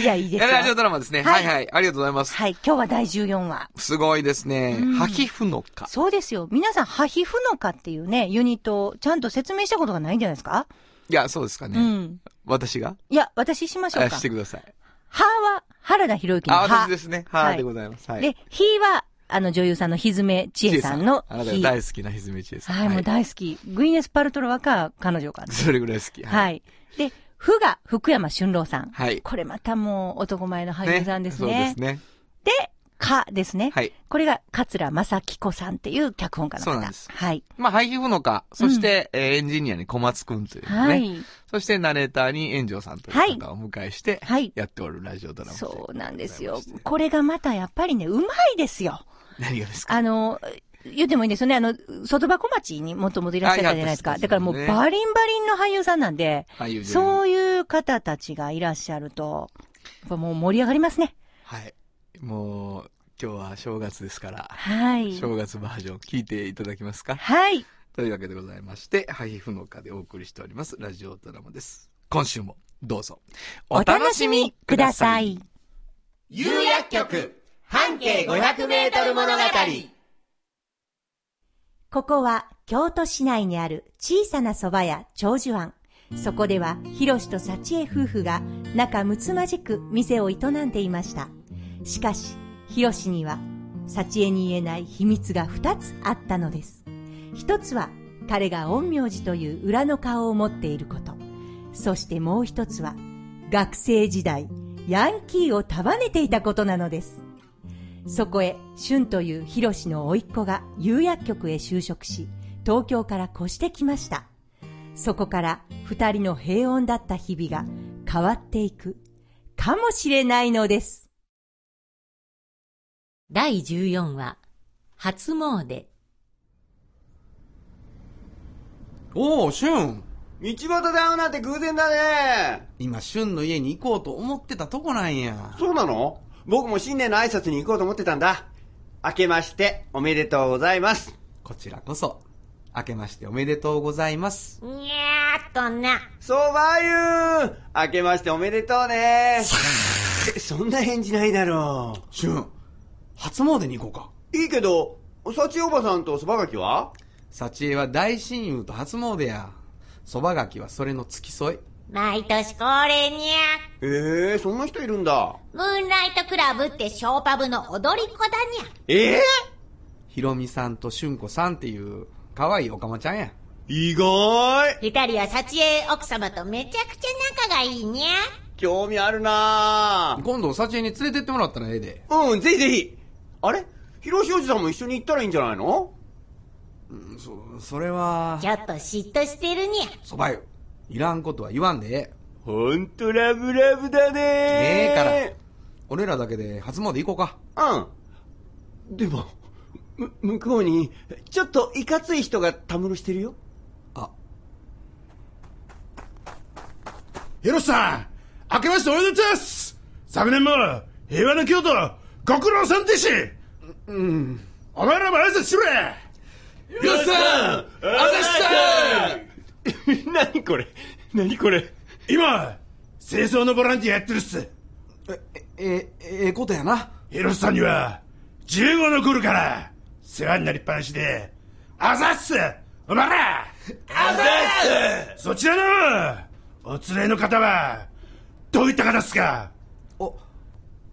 Speaker 3: や、いいです
Speaker 2: ラジオ
Speaker 3: よ。
Speaker 2: ドラマですね。
Speaker 3: は
Speaker 2: はいいはい。ありがとうございます。
Speaker 3: はい。今日は第14話。
Speaker 2: すごいですね
Speaker 3: うん。
Speaker 2: ハヒフノカ。
Speaker 3: そうですよ。皆さん、ハヒフノカっていうね、ユニットをちゃんと説明したことがないんじゃないですか
Speaker 2: いや、そうですか
Speaker 3: う
Speaker 2: ね。
Speaker 3: ん。
Speaker 2: 私が
Speaker 3: いや、私しましょう
Speaker 2: あ
Speaker 3: か
Speaker 2: し。てください。
Speaker 3: ハは、原田博之の
Speaker 2: あ、
Speaker 3: ハ。
Speaker 2: 私ですね。
Speaker 3: は
Speaker 2: はいい。でございます。はい。
Speaker 3: で、ヒーは、あの女優さんのひずめちえさんの
Speaker 2: あなたが
Speaker 3: ヒ
Speaker 2: 大好きなひずめちえさん。
Speaker 3: はい、もう大好き。グイネス・パルトロワか、彼女か。
Speaker 2: それぐらい好き。。
Speaker 3: はいい。で、ふが福山俊郎さん。
Speaker 2: はい。
Speaker 3: これまたもう男前の俳優さんです
Speaker 2: そうで
Speaker 3: ね。
Speaker 2: すね。
Speaker 3: でかですね。
Speaker 2: はい。
Speaker 3: これが桂正紀子さんっていう脚本家の方。
Speaker 2: そうなんです
Speaker 3: はい。
Speaker 2: まあ、ハイヒフノカ、そして、えーエンジニアに小松くんというね。
Speaker 3: はい。
Speaker 2: そしてナレーターに炎上さんという方をお迎えして
Speaker 3: はい、
Speaker 2: やっておるラジオドラマ、
Speaker 3: そうなんですよ。これがまたやっぱりね、うまいですよ。
Speaker 2: 何がですか
Speaker 3: あの、言ってもいいんですよね。あの、外箱町にもともといらっしゃったじゃないですか。
Speaker 2: あい
Speaker 3: だ
Speaker 2: や
Speaker 3: からもう
Speaker 2: そうですね
Speaker 3: バリンバリンの俳優さんなんで、
Speaker 2: 俳優陣
Speaker 3: そういう方たちがいらっしゃると、やっぱもう盛り上がりますね。
Speaker 2: はい。もう、今日は正月ですから、
Speaker 3: はい。
Speaker 2: 正月バージョン聞いていただけますか
Speaker 3: はい。
Speaker 2: というわけでございまして、ハイフノカでお送りしておりますラジオドラマです。今週もどうぞ
Speaker 3: お楽しみください。。
Speaker 5: 有薬局半径500メートル物語
Speaker 3: ここは京都市内にある小さな蕎麦屋長寿庵。そこでは、ひろしと幸恵夫婦が仲睦まじく店を営んでいました。しかし、ひろしには、幸恵に言えない秘密が二つあったのです。一つは、彼が陰陽師という裏の顔を持っていること。そしてもう一つは、学生時代、ヤンキーを束ねていたことなのです。そこへ、俊というヒロシの甥っ子が釉薬局へ就職し、東京から越してきました。そこから二人の平穏だった日々が変わっていくかもしれないのです。
Speaker 6: 第14話、初詣。
Speaker 7: おお、俊
Speaker 5: 道端で会うなんて偶然だね
Speaker 7: 今、俊の家に行こうと思ってたとこなんや。
Speaker 5: そうなの僕も新年の挨拶に行こうと思ってたんだ。明けましておめでとうございます。
Speaker 7: こちらこそ。明けましておめでとうございます。
Speaker 6: にゃーっとな。
Speaker 5: そばゆー明けましておめでとうねえそんな返事ないだろ
Speaker 7: 俊、初詣に行こうか。
Speaker 5: う。いいけど、幸おばさんとそばがきは
Speaker 7: 幸恵は大親友と初詣や。蕎麦柿はそれの付き添い。
Speaker 8: 毎年恒例にゃ、
Speaker 5: ええそんな人いるんだ。
Speaker 8: ムーンライトクラブってショーパブの踊り子だにゃ。
Speaker 5: ええ
Speaker 7: ひろみさんと俊子さんっていう、可愛いおかまちゃんや。
Speaker 5: 意外
Speaker 8: 二人は幸恵奥様とめちゃくちゃ仲がいいにゃ。
Speaker 5: 興味あるなぁ
Speaker 7: 今度、幸恵に連れてってもらったらええで。
Speaker 5: うん、ぜひぜひ。あれ広しおじさんも一緒に行ったらいいんじゃないの
Speaker 7: そ、それは
Speaker 8: ち、ょっと嫉妬してるにゃ。
Speaker 7: 蕎麦よ。いらんことは言わんでええ。
Speaker 5: ほんとラブラブだね
Speaker 7: ええから
Speaker 5: え
Speaker 7: 俺らだけで初詣行こうか。
Speaker 5: から。うん。でも、む、向こうに、ちょっといかつい人がたむろしてるよ。
Speaker 7: あ、
Speaker 9: ヒロシさん、明けましておめでとうございます昨年も、平和な京都、ご苦労さんでしうん。お前らも挨拶しろや
Speaker 5: ヒロシさんあざしさん何これ何これ
Speaker 9: 今、清掃のボランティアやってるっす。
Speaker 7: え、え、ええことやな。
Speaker 9: ヒロシさんには、15の頃から、世話になりっぱなしで、あざっすお前らあざっすそちらの、お連れの方は、どういった方っすか
Speaker 7: お、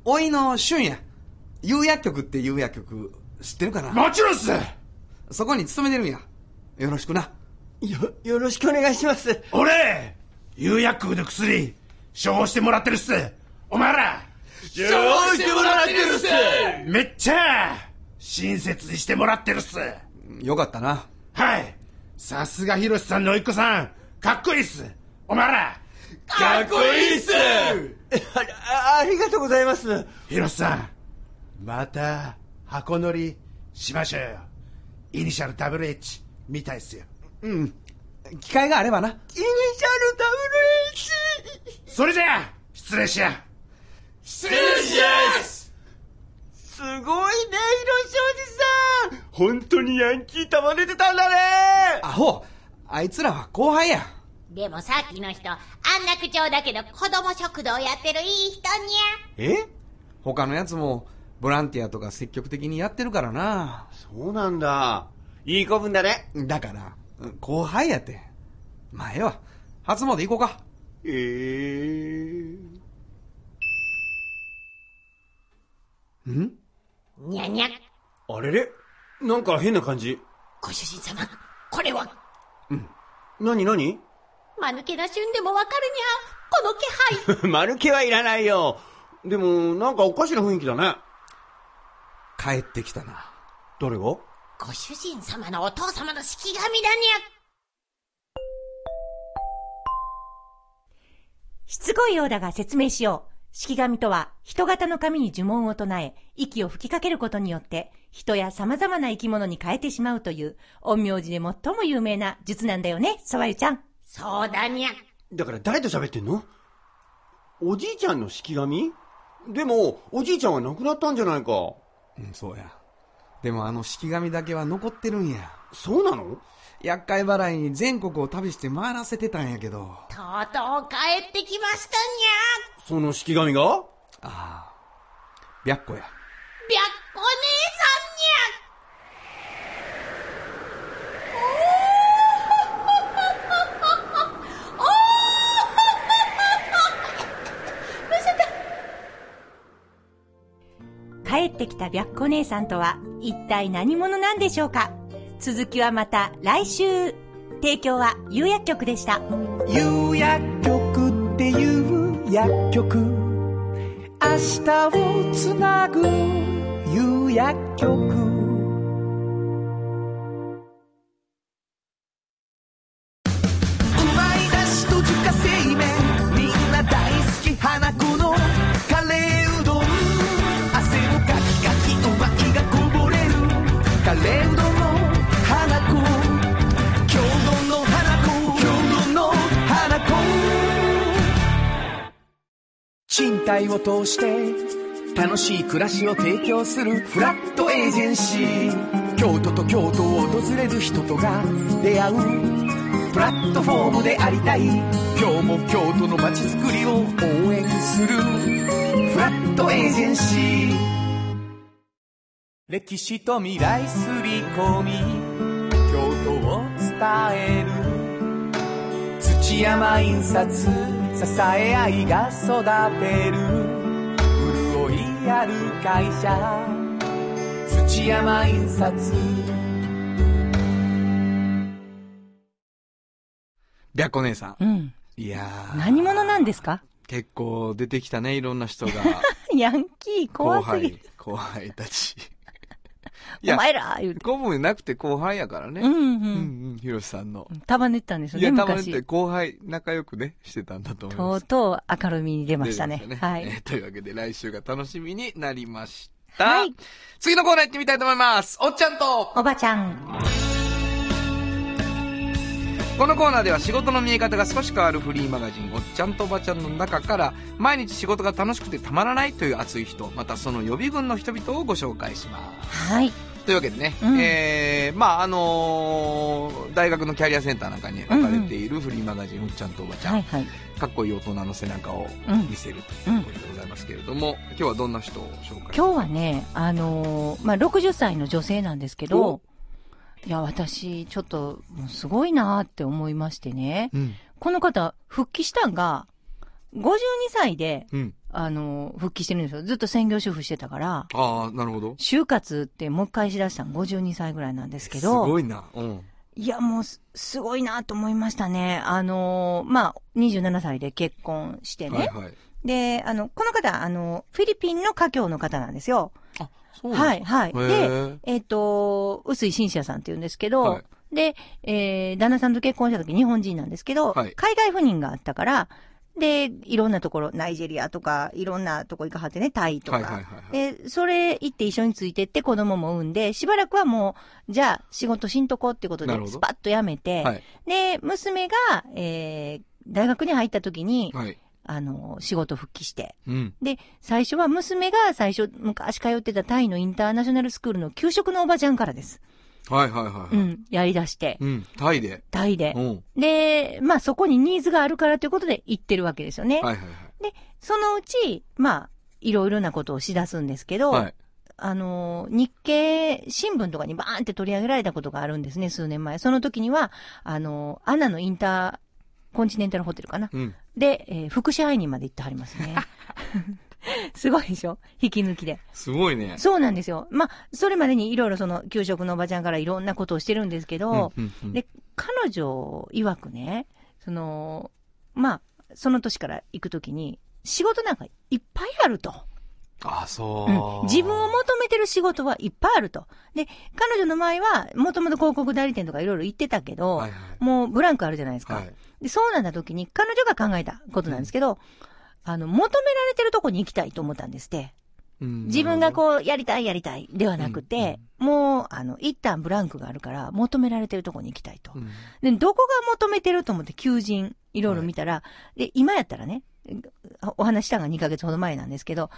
Speaker 7: おいの俊也。釉薬局っていう薬局、知ってるかな
Speaker 9: もちろんっす
Speaker 7: そこに勤めてるんや。よろしくな。
Speaker 5: よ、よろしくお願いします。
Speaker 9: 俺、釉薬局の薬、処方してもらってるっす。お前ら、処方してもらってるっす。めっちゃ、親切にしてもらってるっす。
Speaker 7: よかった な。
Speaker 9: はい。さすがヒロシさんのおいっ子さん、かっこいいっす。お前ら、かっこいいっす。
Speaker 5: あ、あありがとうございます。
Speaker 9: ヒロシさん、また、箱乗りしましょうよイニシャル WH みたいっすよ
Speaker 7: うん。機会があればな。イニシャル WH!
Speaker 9: それじゃあ失礼しや
Speaker 7: 失礼しますすごいね、広正司さん本当にヤンキーまれてたんだねアホあいつらは後輩や。
Speaker 8: でもさっきの人、あんな口調だけど子供食堂やってるいい人に
Speaker 7: え他のやつも、ボランティアとか積極的にやってるからな。
Speaker 5: そうなんだ。いい子分だね。
Speaker 7: だから、うん後輩やて。まあ、ええわ。初詣行こうか。
Speaker 5: えー。
Speaker 7: ん
Speaker 8: ゃ、にゃにゃ。
Speaker 5: あれれなんか変な感じ。
Speaker 8: ご主人様、これは、
Speaker 5: なになに
Speaker 8: 間抜けな旬でもわかるにゃ。この気 配。
Speaker 5: 丸気はいらないよ。でも、なんかおかしな雰囲気だね。
Speaker 7: 帰ってきたな。
Speaker 5: 誰が
Speaker 8: ご主人様のお父様の式神だにゃ。
Speaker 3: しつこいようだが説明しよう。式紙とは、人型の紙に呪文を唱え、息を吹きかけることによって、人や様々な生き物に変えてしまうという、陰陽師で最も有名な術なんだよね、沢ゆちゃん。
Speaker 8: そうだにゃ。
Speaker 5: だから誰と喋ってんのおじいちゃんの式神でも、おじいちゃんは亡くなったんじゃないか。
Speaker 7: うん、そうや。でもあの式紙だけは残ってるんや。
Speaker 5: そうなの
Speaker 7: 厄介払いに全国を旅して回らせてたんやけど。
Speaker 8: とうとう帰ってきました
Speaker 5: その式神が
Speaker 7: ああ。白虎や。
Speaker 8: にゃ。白子姉
Speaker 3: 帰ってきた白子姉さんとは、一体何者なんでしょうか続きはまた来週。提供は有薬局でした。
Speaker 4: 有薬局っていう薬局明日をつなぐ有薬局うまいだしと自家製麺みんな大好き花子のカレーうどん汗をかきかきうまいがこぼれるカレーうどんの花子郷土の花子郷土の花子
Speaker 5: 賃貸を通して楽しい暮らしを提供するフラットエージェンシー京都と京都を訪れる人とが出会うプラットフォームでありたい今日も京都の街づくりを応援するフラットエージェンシー歴史と未来すり込み京都を伝える土山印刷支え合いが育てる潤いある会社土山印刷
Speaker 2: 白子姉さん。
Speaker 3: うん。
Speaker 2: いやー。
Speaker 3: 何者なんですか
Speaker 2: 結構出てきたね、いろんな人が。
Speaker 3: ヤンキー
Speaker 2: 後
Speaker 3: 怖すぎ
Speaker 2: 輩
Speaker 3: る。、
Speaker 2: 後輩た ち。い
Speaker 3: お
Speaker 2: や、
Speaker 3: 前ら言うて。
Speaker 2: 子分なくて後輩やからね。
Speaker 3: うん
Speaker 2: う
Speaker 3: うん。
Speaker 2: んうん、ヒロシさんの。
Speaker 3: 束ねてたんですよ
Speaker 2: い
Speaker 3: ね、
Speaker 2: や、たまにっ
Speaker 3: 昔。
Speaker 2: て後輩仲良くね、してたんだと思い
Speaker 3: と
Speaker 2: ま
Speaker 3: う
Speaker 2: す。
Speaker 3: とう明るみに出ま
Speaker 2: 出
Speaker 3: したね。は
Speaker 2: え
Speaker 3: い。
Speaker 2: ーというわけで来週が楽しみになりました。
Speaker 3: はい
Speaker 2: 次のコーナー行ってみたいと思います。おっちゃんと
Speaker 3: おばちゃん。
Speaker 2: このコーナーでは仕事の見え方が少し変わるフリーマガジン、おっちゃんとおばちゃんの中から、毎日仕事が楽しくてたまらないという熱い人、またその予備軍の人々をご紹介します。
Speaker 3: はい。
Speaker 2: というわけでね、
Speaker 3: うん
Speaker 2: えー、まああのー大学のキャリアセンターなんかに置かれているフリーマガジン、おっちゃんとおばちゃん、
Speaker 3: はいはい。
Speaker 2: かっこいい大人の背中を
Speaker 3: うん
Speaker 2: 見せるということでございますけれども、今日はどんな人を紹介
Speaker 3: 今日はね、あのーまあ、60歳の女性なんですけど、いや、私、ちょっと、もうすごいなーって思いましてね。
Speaker 2: うん、
Speaker 3: この方、復帰したんが、52歳で、
Speaker 2: うん。
Speaker 3: あのー復帰してるんですよ。ずっと専業主婦してたから、
Speaker 2: ああ、なるほど。
Speaker 3: 就活ってもう一回しだしたん52歳ぐらいなんですけ
Speaker 2: す
Speaker 3: ど、
Speaker 2: ごいな。うん。
Speaker 3: いや、もうす、すごいなと思いましたね。あのーまあ、27歳で結婚してね。
Speaker 2: はいはい。
Speaker 3: で、あの、この方、あの、フィリピンの家業の方なんですよ。
Speaker 2: あ、そうなんだ
Speaker 3: はい、はい。
Speaker 2: へ
Speaker 3: で、
Speaker 2: ー
Speaker 3: えっ、と、臼井信也さんって言うんですけど、
Speaker 2: は
Speaker 3: で、えー旦那さんと結婚した時日本人なんですけど、
Speaker 2: はい
Speaker 3: 海外赴任があったから、で、いろんなところ、ナイジェリアとか、いろんなとこ行かはってね、タイとか。
Speaker 2: はいはいはい
Speaker 3: で、それ行って一緒についてって子供も産んで、しばらくはもう、じゃあ仕事しんとこっていうことで
Speaker 2: なる、ほど
Speaker 3: スパッとやめて、
Speaker 2: はい
Speaker 3: で、娘が、えー、大学に入った時に、
Speaker 2: はい。
Speaker 3: あの、仕事復帰して。
Speaker 2: うん。
Speaker 3: で、最初は娘が最初、昔通ってたタイのインターナショナルスクールの給食のおばちゃんからです。
Speaker 2: はいはいは
Speaker 3: う
Speaker 2: いはい。
Speaker 3: ん、やり出して、
Speaker 2: うん。タイで。
Speaker 3: タイで
Speaker 2: う。ん。
Speaker 3: で、まあそこにニーズがあるからということで行ってるわけですよね。
Speaker 2: はいはい
Speaker 3: で、そのうち、まあ、いろいろなことをしだすんですけど、
Speaker 2: はい。はい。
Speaker 3: あの、日経新聞とかにバーンって取り上げられたことがあるんですね、数年前。その時には、あの、アナのインターコンチネンタルホテルかな。
Speaker 2: うん。
Speaker 3: で、えー副支配人まで行ってはります ね。すごいでしょ引き抜きで。
Speaker 2: すごいね。
Speaker 3: そうなんですよ。まあ、それまでにいろいろその、給食のおばちゃんからいろんなことをしてるんですけど、
Speaker 2: うんうんうん
Speaker 3: で、彼女曰くね、その、まあ、その年から行くときに、仕事なんかいっぱいあると。
Speaker 2: ああ、
Speaker 3: うん
Speaker 2: そう。
Speaker 3: 自分を求めてる仕事はいっぱいあると。で、彼女の場合は、もともと広告代理店とかいろいろ行ってたけど、
Speaker 2: はいは
Speaker 3: もうブランクあるじゃないです
Speaker 2: い。
Speaker 3: か。
Speaker 2: はい。
Speaker 3: で、そうなった時に彼女が考えたことなんですけど、あの、求められてるとこに行きたいと思ったんですって。
Speaker 2: うん
Speaker 3: 自分がこう、やりたいやりたいではなくて、もう、あの、一旦ブランクがあるから、求められてるとこに行きたいと。
Speaker 2: ん
Speaker 3: で、どこが求めてると思って求人、いろいろ見たら、で、今やったらね、お話したのが2ヶ月ほど前なんですけど、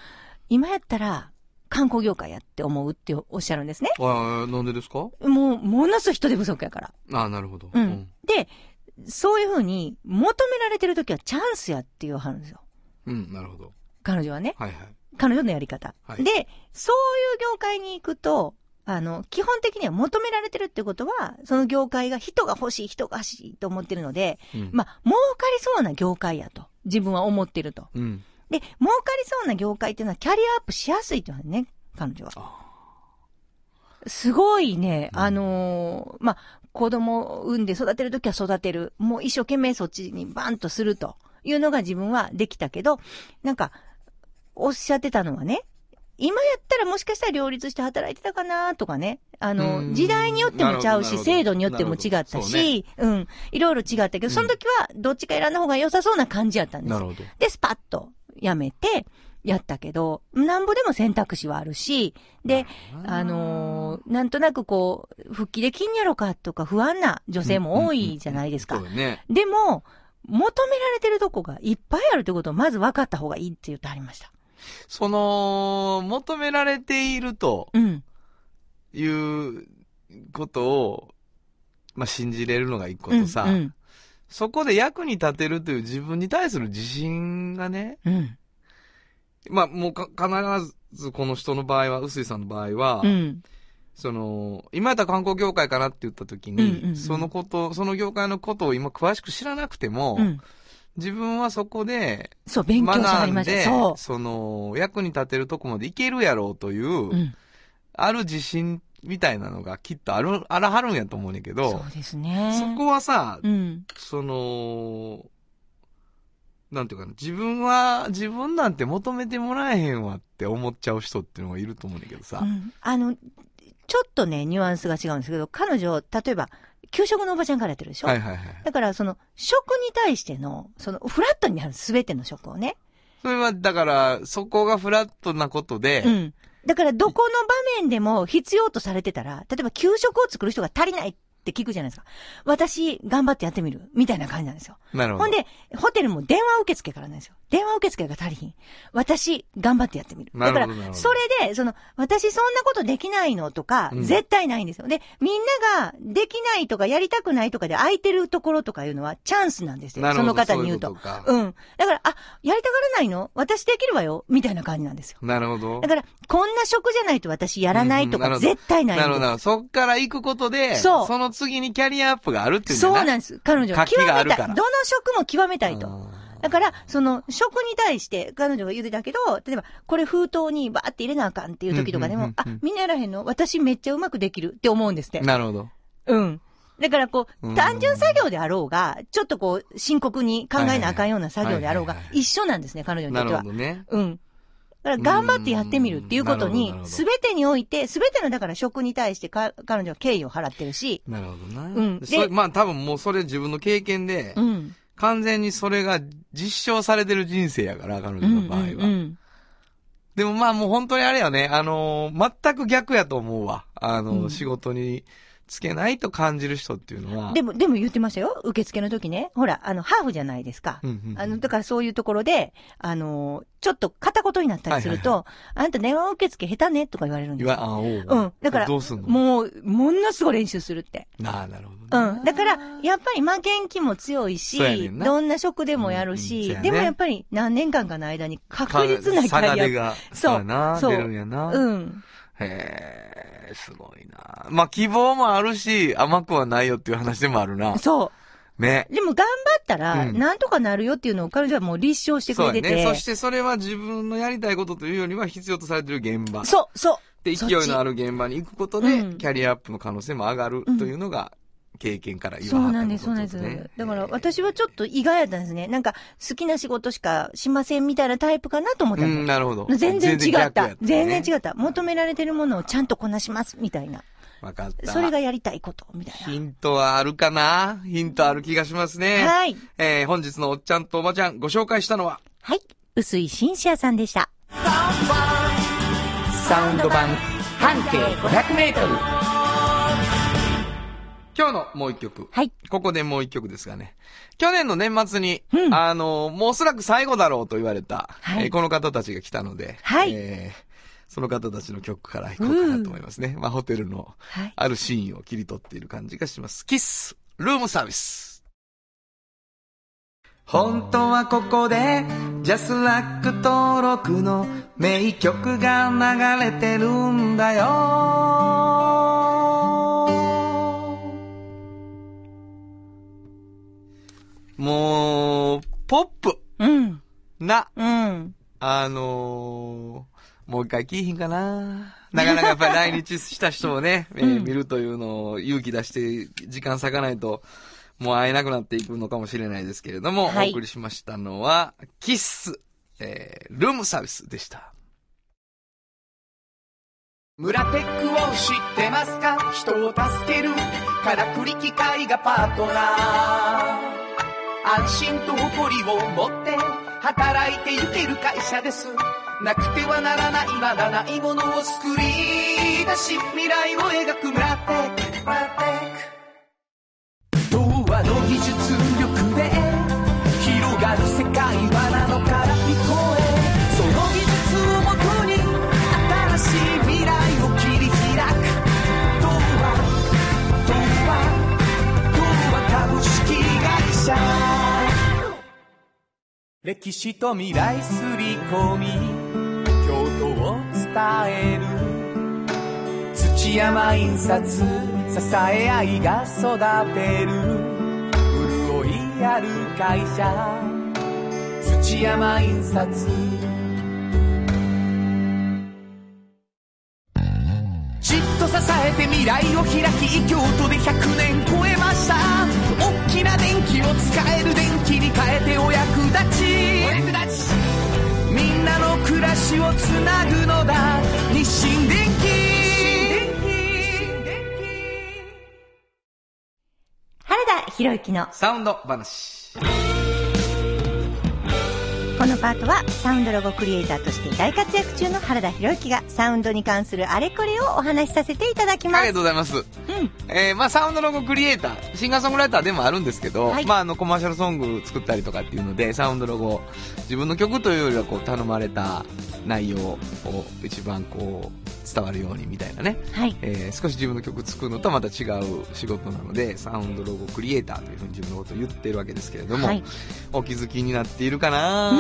Speaker 3: 今やったら、観光業界やって思うっておっしゃるんですね。
Speaker 2: ああ、なんでですか
Speaker 3: もう、ものすごい人手不足やから。
Speaker 2: ああ、なるほど。
Speaker 3: うん。。で、そういうふうに、求められてる時はチャンスやって言わはるんですよ。
Speaker 2: うん、なるほど。
Speaker 3: 彼女はね。
Speaker 2: はいはい。
Speaker 3: 彼女のやり方。
Speaker 2: はい
Speaker 3: で、そういう業界に行くと、あの、基本的には求められてるってことは、その業界が人が欲しい、人が欲しいと思ってるので、
Speaker 2: うん
Speaker 3: まあ、儲かりそうな業界やと。自分は思ってると。
Speaker 2: うん。
Speaker 3: で、儲かりそうな業界っていうのはキャリアアップしやすいっていうのはね、彼女は。すごいね、あのーまあ、子供を産んで育てるときは育てる。もう一生懸命そっちにバンとするというのが自分はできたけど、なんか、おっしゃってたのはね、今やったらもしかしたら両立して働いてたかなとかね。あ
Speaker 2: う
Speaker 3: の、
Speaker 2: ん
Speaker 3: 時代によってもちゃう
Speaker 2: なる
Speaker 3: し、
Speaker 2: ほど
Speaker 3: 制度によっても違っ
Speaker 2: なる
Speaker 3: た
Speaker 2: ほどそうね
Speaker 3: し、うん、いろいろ違ったけど、その時はどっちか選んだ方が良さそうな感じやったんです
Speaker 2: な
Speaker 3: よ
Speaker 2: るほど。
Speaker 3: で、スパッとやめて、やったけど、なんぼでも選択肢はあるし、で、あのーなんとなくこう、復帰できんやろかとか不安な女性も多いじゃないです
Speaker 2: そ
Speaker 3: か
Speaker 2: う。だね。
Speaker 3: でも、求められてるとこがいっぱいあるってことをまず分かった方がいいって言ってありました。
Speaker 2: その、求められていると
Speaker 3: うん。
Speaker 2: いうことを、まあ、信じれるのが一個とさ、
Speaker 3: うんうん。
Speaker 2: そこで役に立てるという自分に対する自信がね、
Speaker 3: うん。
Speaker 2: まあ、もうか、必ずこの人の場合は、臼井さんの場合は、
Speaker 3: うん。
Speaker 2: その、今やったら観光業界かなって言った時に、
Speaker 3: うんうんうん
Speaker 2: そのこと、その業界のことを今詳しく知らなくても、
Speaker 3: うん。
Speaker 2: 自分はそこで、
Speaker 3: そう、勉強しはりました。そ
Speaker 2: その、役に立てるとこまでいけるやろうという、
Speaker 3: う。うん。
Speaker 2: ある自信みたいなのがきっとある、あらはるんやと思うねんけ
Speaker 3: そ
Speaker 2: ど、
Speaker 3: うです
Speaker 2: そ
Speaker 3: ね。
Speaker 2: こはさ、
Speaker 3: うん。
Speaker 2: その、なんていうかな、自分は、自分なんて求めてもらえへんわって思っちゃう人っていうのがいると思うねんだけどさ、
Speaker 3: うんあの、ちょっとね、ニュアンスが違うんですけど、彼女、例えば、給食のおばちゃんからやってるでしょ、
Speaker 2: はいはいはい。
Speaker 3: だから、その、食に対しての、その、フラットになる、すべての食をね。
Speaker 2: それは、だから、そこがフラットなことで、
Speaker 3: うん。だから、どこの場面でも必要とされてたら、例えば、給食を作る人が足りないって聞くじゃないですか。私、頑張ってやってみる、みたいな感じなんですよ。
Speaker 2: なるほど。
Speaker 3: ほんで、ホテルも電話受付からなんですよ。電話受付が足りひん。私、頑張ってやってみる。
Speaker 2: な
Speaker 3: だか
Speaker 2: るほど
Speaker 3: ら
Speaker 2: なるほ、ど
Speaker 3: それで、その、私そんなことできないのとか、
Speaker 2: うん
Speaker 3: 絶対ないんですよ。で、みんなが、できないとか、やりたくないとかで空いてるところとかいうのは、チャンスなんです
Speaker 2: な
Speaker 3: よ。
Speaker 2: る
Speaker 3: そ
Speaker 2: ほど
Speaker 3: の方に言うと。
Speaker 2: そういうことか
Speaker 3: うん。だから、あ、やりたがらないの私できるわよみたいな感じなんですよ。
Speaker 2: なるほど。
Speaker 3: だから、こんな職じゃないと私やらないと
Speaker 2: うんう
Speaker 3: か、
Speaker 2: ん
Speaker 3: 絶対ないんで
Speaker 2: な
Speaker 3: す
Speaker 2: るほど。なるほどそっから行くことで、
Speaker 3: そう
Speaker 2: の次にキャリアアップがあるっていうんだ
Speaker 3: そうなんです。彼女は
Speaker 2: 活気
Speaker 3: 極め
Speaker 2: が
Speaker 3: た
Speaker 2: あ
Speaker 3: い。
Speaker 2: る
Speaker 3: ど
Speaker 2: から
Speaker 3: の職も極めたいと
Speaker 2: あ。
Speaker 3: だから、その、職に対して、彼女が言うてたけど、例えば、これ封筒にバーって入れなあかんっていう時とかで
Speaker 2: うんう
Speaker 3: も
Speaker 2: ん、
Speaker 3: あ
Speaker 2: うんうん、
Speaker 3: みんなやらへんの私めっちゃうまくできるって思うんですって。
Speaker 2: なるほど。
Speaker 3: うん。だからこ
Speaker 2: う
Speaker 3: う、
Speaker 2: ん
Speaker 3: 単純作業であろうが、ちょっとこう、深刻に考えなあかんような作業であろうが
Speaker 2: はいはい、はい
Speaker 3: 一緒なんですね、彼女にとっ
Speaker 2: なる
Speaker 3: て
Speaker 2: ほ
Speaker 3: は。
Speaker 2: どね。
Speaker 3: うん。だから頑張ってやってみるっていうこと
Speaker 2: う
Speaker 3: に
Speaker 2: んなるほどなるほ、ど
Speaker 3: すべてにおいて、すべてのだから職に対してか彼女は敬意を払ってるし、
Speaker 2: なるほどな。
Speaker 3: うん
Speaker 2: そ
Speaker 3: で
Speaker 2: れまあ多分もうそれ自分の経験で、
Speaker 3: うん。
Speaker 2: 完全にそれが実証されてる人生やから、彼女の場合は。
Speaker 3: うんうん
Speaker 2: でもまあもう本当にあれよね、あのー全く逆やと思うわ。あのー仕事につけないと感じる人っていうの
Speaker 3: う
Speaker 2: は。
Speaker 3: んでも、でも言ってましたよ。受付の時ね。ほら、あの、ハーフじゃないですか。
Speaker 2: うんうんうん
Speaker 3: あの、だからそういうところで、あの、ちょっと片言になったりすると、あんた電話受付下手ねとか言われるんで
Speaker 2: い
Speaker 3: す
Speaker 2: わ、
Speaker 3: よ。
Speaker 2: あおう
Speaker 3: うん。だから、
Speaker 2: どうすんの
Speaker 3: もう、ものすごい練習するって。
Speaker 2: なあ、なるほどね、
Speaker 3: うん。だから、やっぱり負けん気も強い
Speaker 2: そうやね
Speaker 3: し、
Speaker 2: んな
Speaker 3: どんな職でもやるし、
Speaker 2: うんうんそうやね
Speaker 3: でもやっぱり何年間かの間に確実な
Speaker 2: 差
Speaker 3: キャ
Speaker 2: が
Speaker 3: リア
Speaker 2: 出が、
Speaker 3: そう
Speaker 2: やな、
Speaker 3: そう
Speaker 2: 出るんやな。
Speaker 3: うん。
Speaker 2: へえ、すごいな。まあ、希望もあるし、甘くはないよっていう話でもあるな。
Speaker 3: そ
Speaker 2: ね
Speaker 3: う。。でも頑張ったら、
Speaker 2: うん
Speaker 3: なんとかなるよっていうのを彼女はもう立証してく
Speaker 2: そう
Speaker 3: れて
Speaker 2: や
Speaker 3: て。
Speaker 2: ね。そしてそれは自分のやりたいことというよりは必要とされてる現場。
Speaker 3: そう、そう。
Speaker 2: で、勢いのある現場に行くことで、
Speaker 3: うん
Speaker 2: キャリアアップの可能性も上がるというのが、経験から言わ
Speaker 3: そ
Speaker 2: は
Speaker 3: う
Speaker 2: った
Speaker 3: なんで
Speaker 2: こ
Speaker 3: す、
Speaker 2: と
Speaker 3: そうなんです。だから私はちょっ
Speaker 2: と
Speaker 3: と意外やったんですね。なんか好きな仕事しかしませんみたいなタイプかなと思った
Speaker 2: う
Speaker 3: の
Speaker 2: ん、なるほど。
Speaker 3: 全然違っ
Speaker 2: 逆や
Speaker 3: た
Speaker 2: ね
Speaker 3: 全然違った。求められてるものをちゃんとこなします、みたいな。
Speaker 2: わかった。
Speaker 3: それがやりたいこと、みたい
Speaker 2: ヒントはあるかなヒントある気がしますね。
Speaker 3: な。はい。
Speaker 2: えー本日のおっちゃんとおばちゃんご紹介したのは、
Speaker 3: はい。薄井シンシアさんでした。
Speaker 4: サウンド版半径500メートル
Speaker 2: 今日のもう一曲。
Speaker 3: はい。
Speaker 2: ここでもう一曲ですがね。去年の年末に、
Speaker 3: うん
Speaker 2: あの、もうおそらく最後だろうと言われた、
Speaker 3: はい
Speaker 2: えーこの方たちが来たので、
Speaker 3: はい
Speaker 2: えーその方たちの曲からいこうかなと思いますね。まあ、ホテルの
Speaker 3: はい。
Speaker 2: あるシーンを切り取っている感じがします。キッス、ルームサービス。本当はここで、ジャスラック登録の名曲が流れてるんだよ。もう、ポップ
Speaker 3: うん。
Speaker 2: な、
Speaker 3: うん。
Speaker 2: あのーもう一回聞いひんかな。なかなかやっぱり来日した人を ね、えー
Speaker 3: うん
Speaker 2: 見るというのを勇気出して時間割かないと、もう会えなくなっていくのかもしれないですけれども、
Speaker 3: はい
Speaker 2: お送りしましたのは、キッス、えー、ルームサービスでした。
Speaker 4: 村テックを知ってますか人を助けるからくり機械がパートナー安心と誇りを持って働いていける会社ですなくてはならないまだないものを作り出し未来を描く村テック村テック童話の技術力で広がる世界はなのから聞こえその技術をもとに新しい未来を切り開く童話童話童話株式会社歴史と未来すり込み京都を伝える土山印刷支え合いが育てる潤いある会社土山印刷じっと支えて未来を開き京都で100年超えました大きな電気を使える電気に変えてお役立ちお役立ちみんなの暮らしをつなぐのだ日清電気
Speaker 3: 原田博之の
Speaker 2: サウンド話。
Speaker 3: このパートはサウンドロゴクリエイターとして大活躍中の原田博之がサウンドに関するあれこれをお話しさせていただきま
Speaker 2: あり
Speaker 3: す
Speaker 2: が。とうございます。
Speaker 3: うん。
Speaker 2: えーまあサウンドロゴクリエイター、シンガーソングライターでもあるんですけど、
Speaker 3: はい
Speaker 2: まああのコマーシャルソング作ったりとかっていうので、サウンドロゴ、自分の曲というよりはこう頼まれた内容を一番こう伝わるようにみたいなね、
Speaker 3: はい。
Speaker 2: えー少し自分の曲作るのとはまた違う仕事なので、サウンドロゴクリエイターというふうに自分のことを言ってるわけですけれども、
Speaker 3: はい
Speaker 2: お気づきになっているか
Speaker 3: う
Speaker 2: な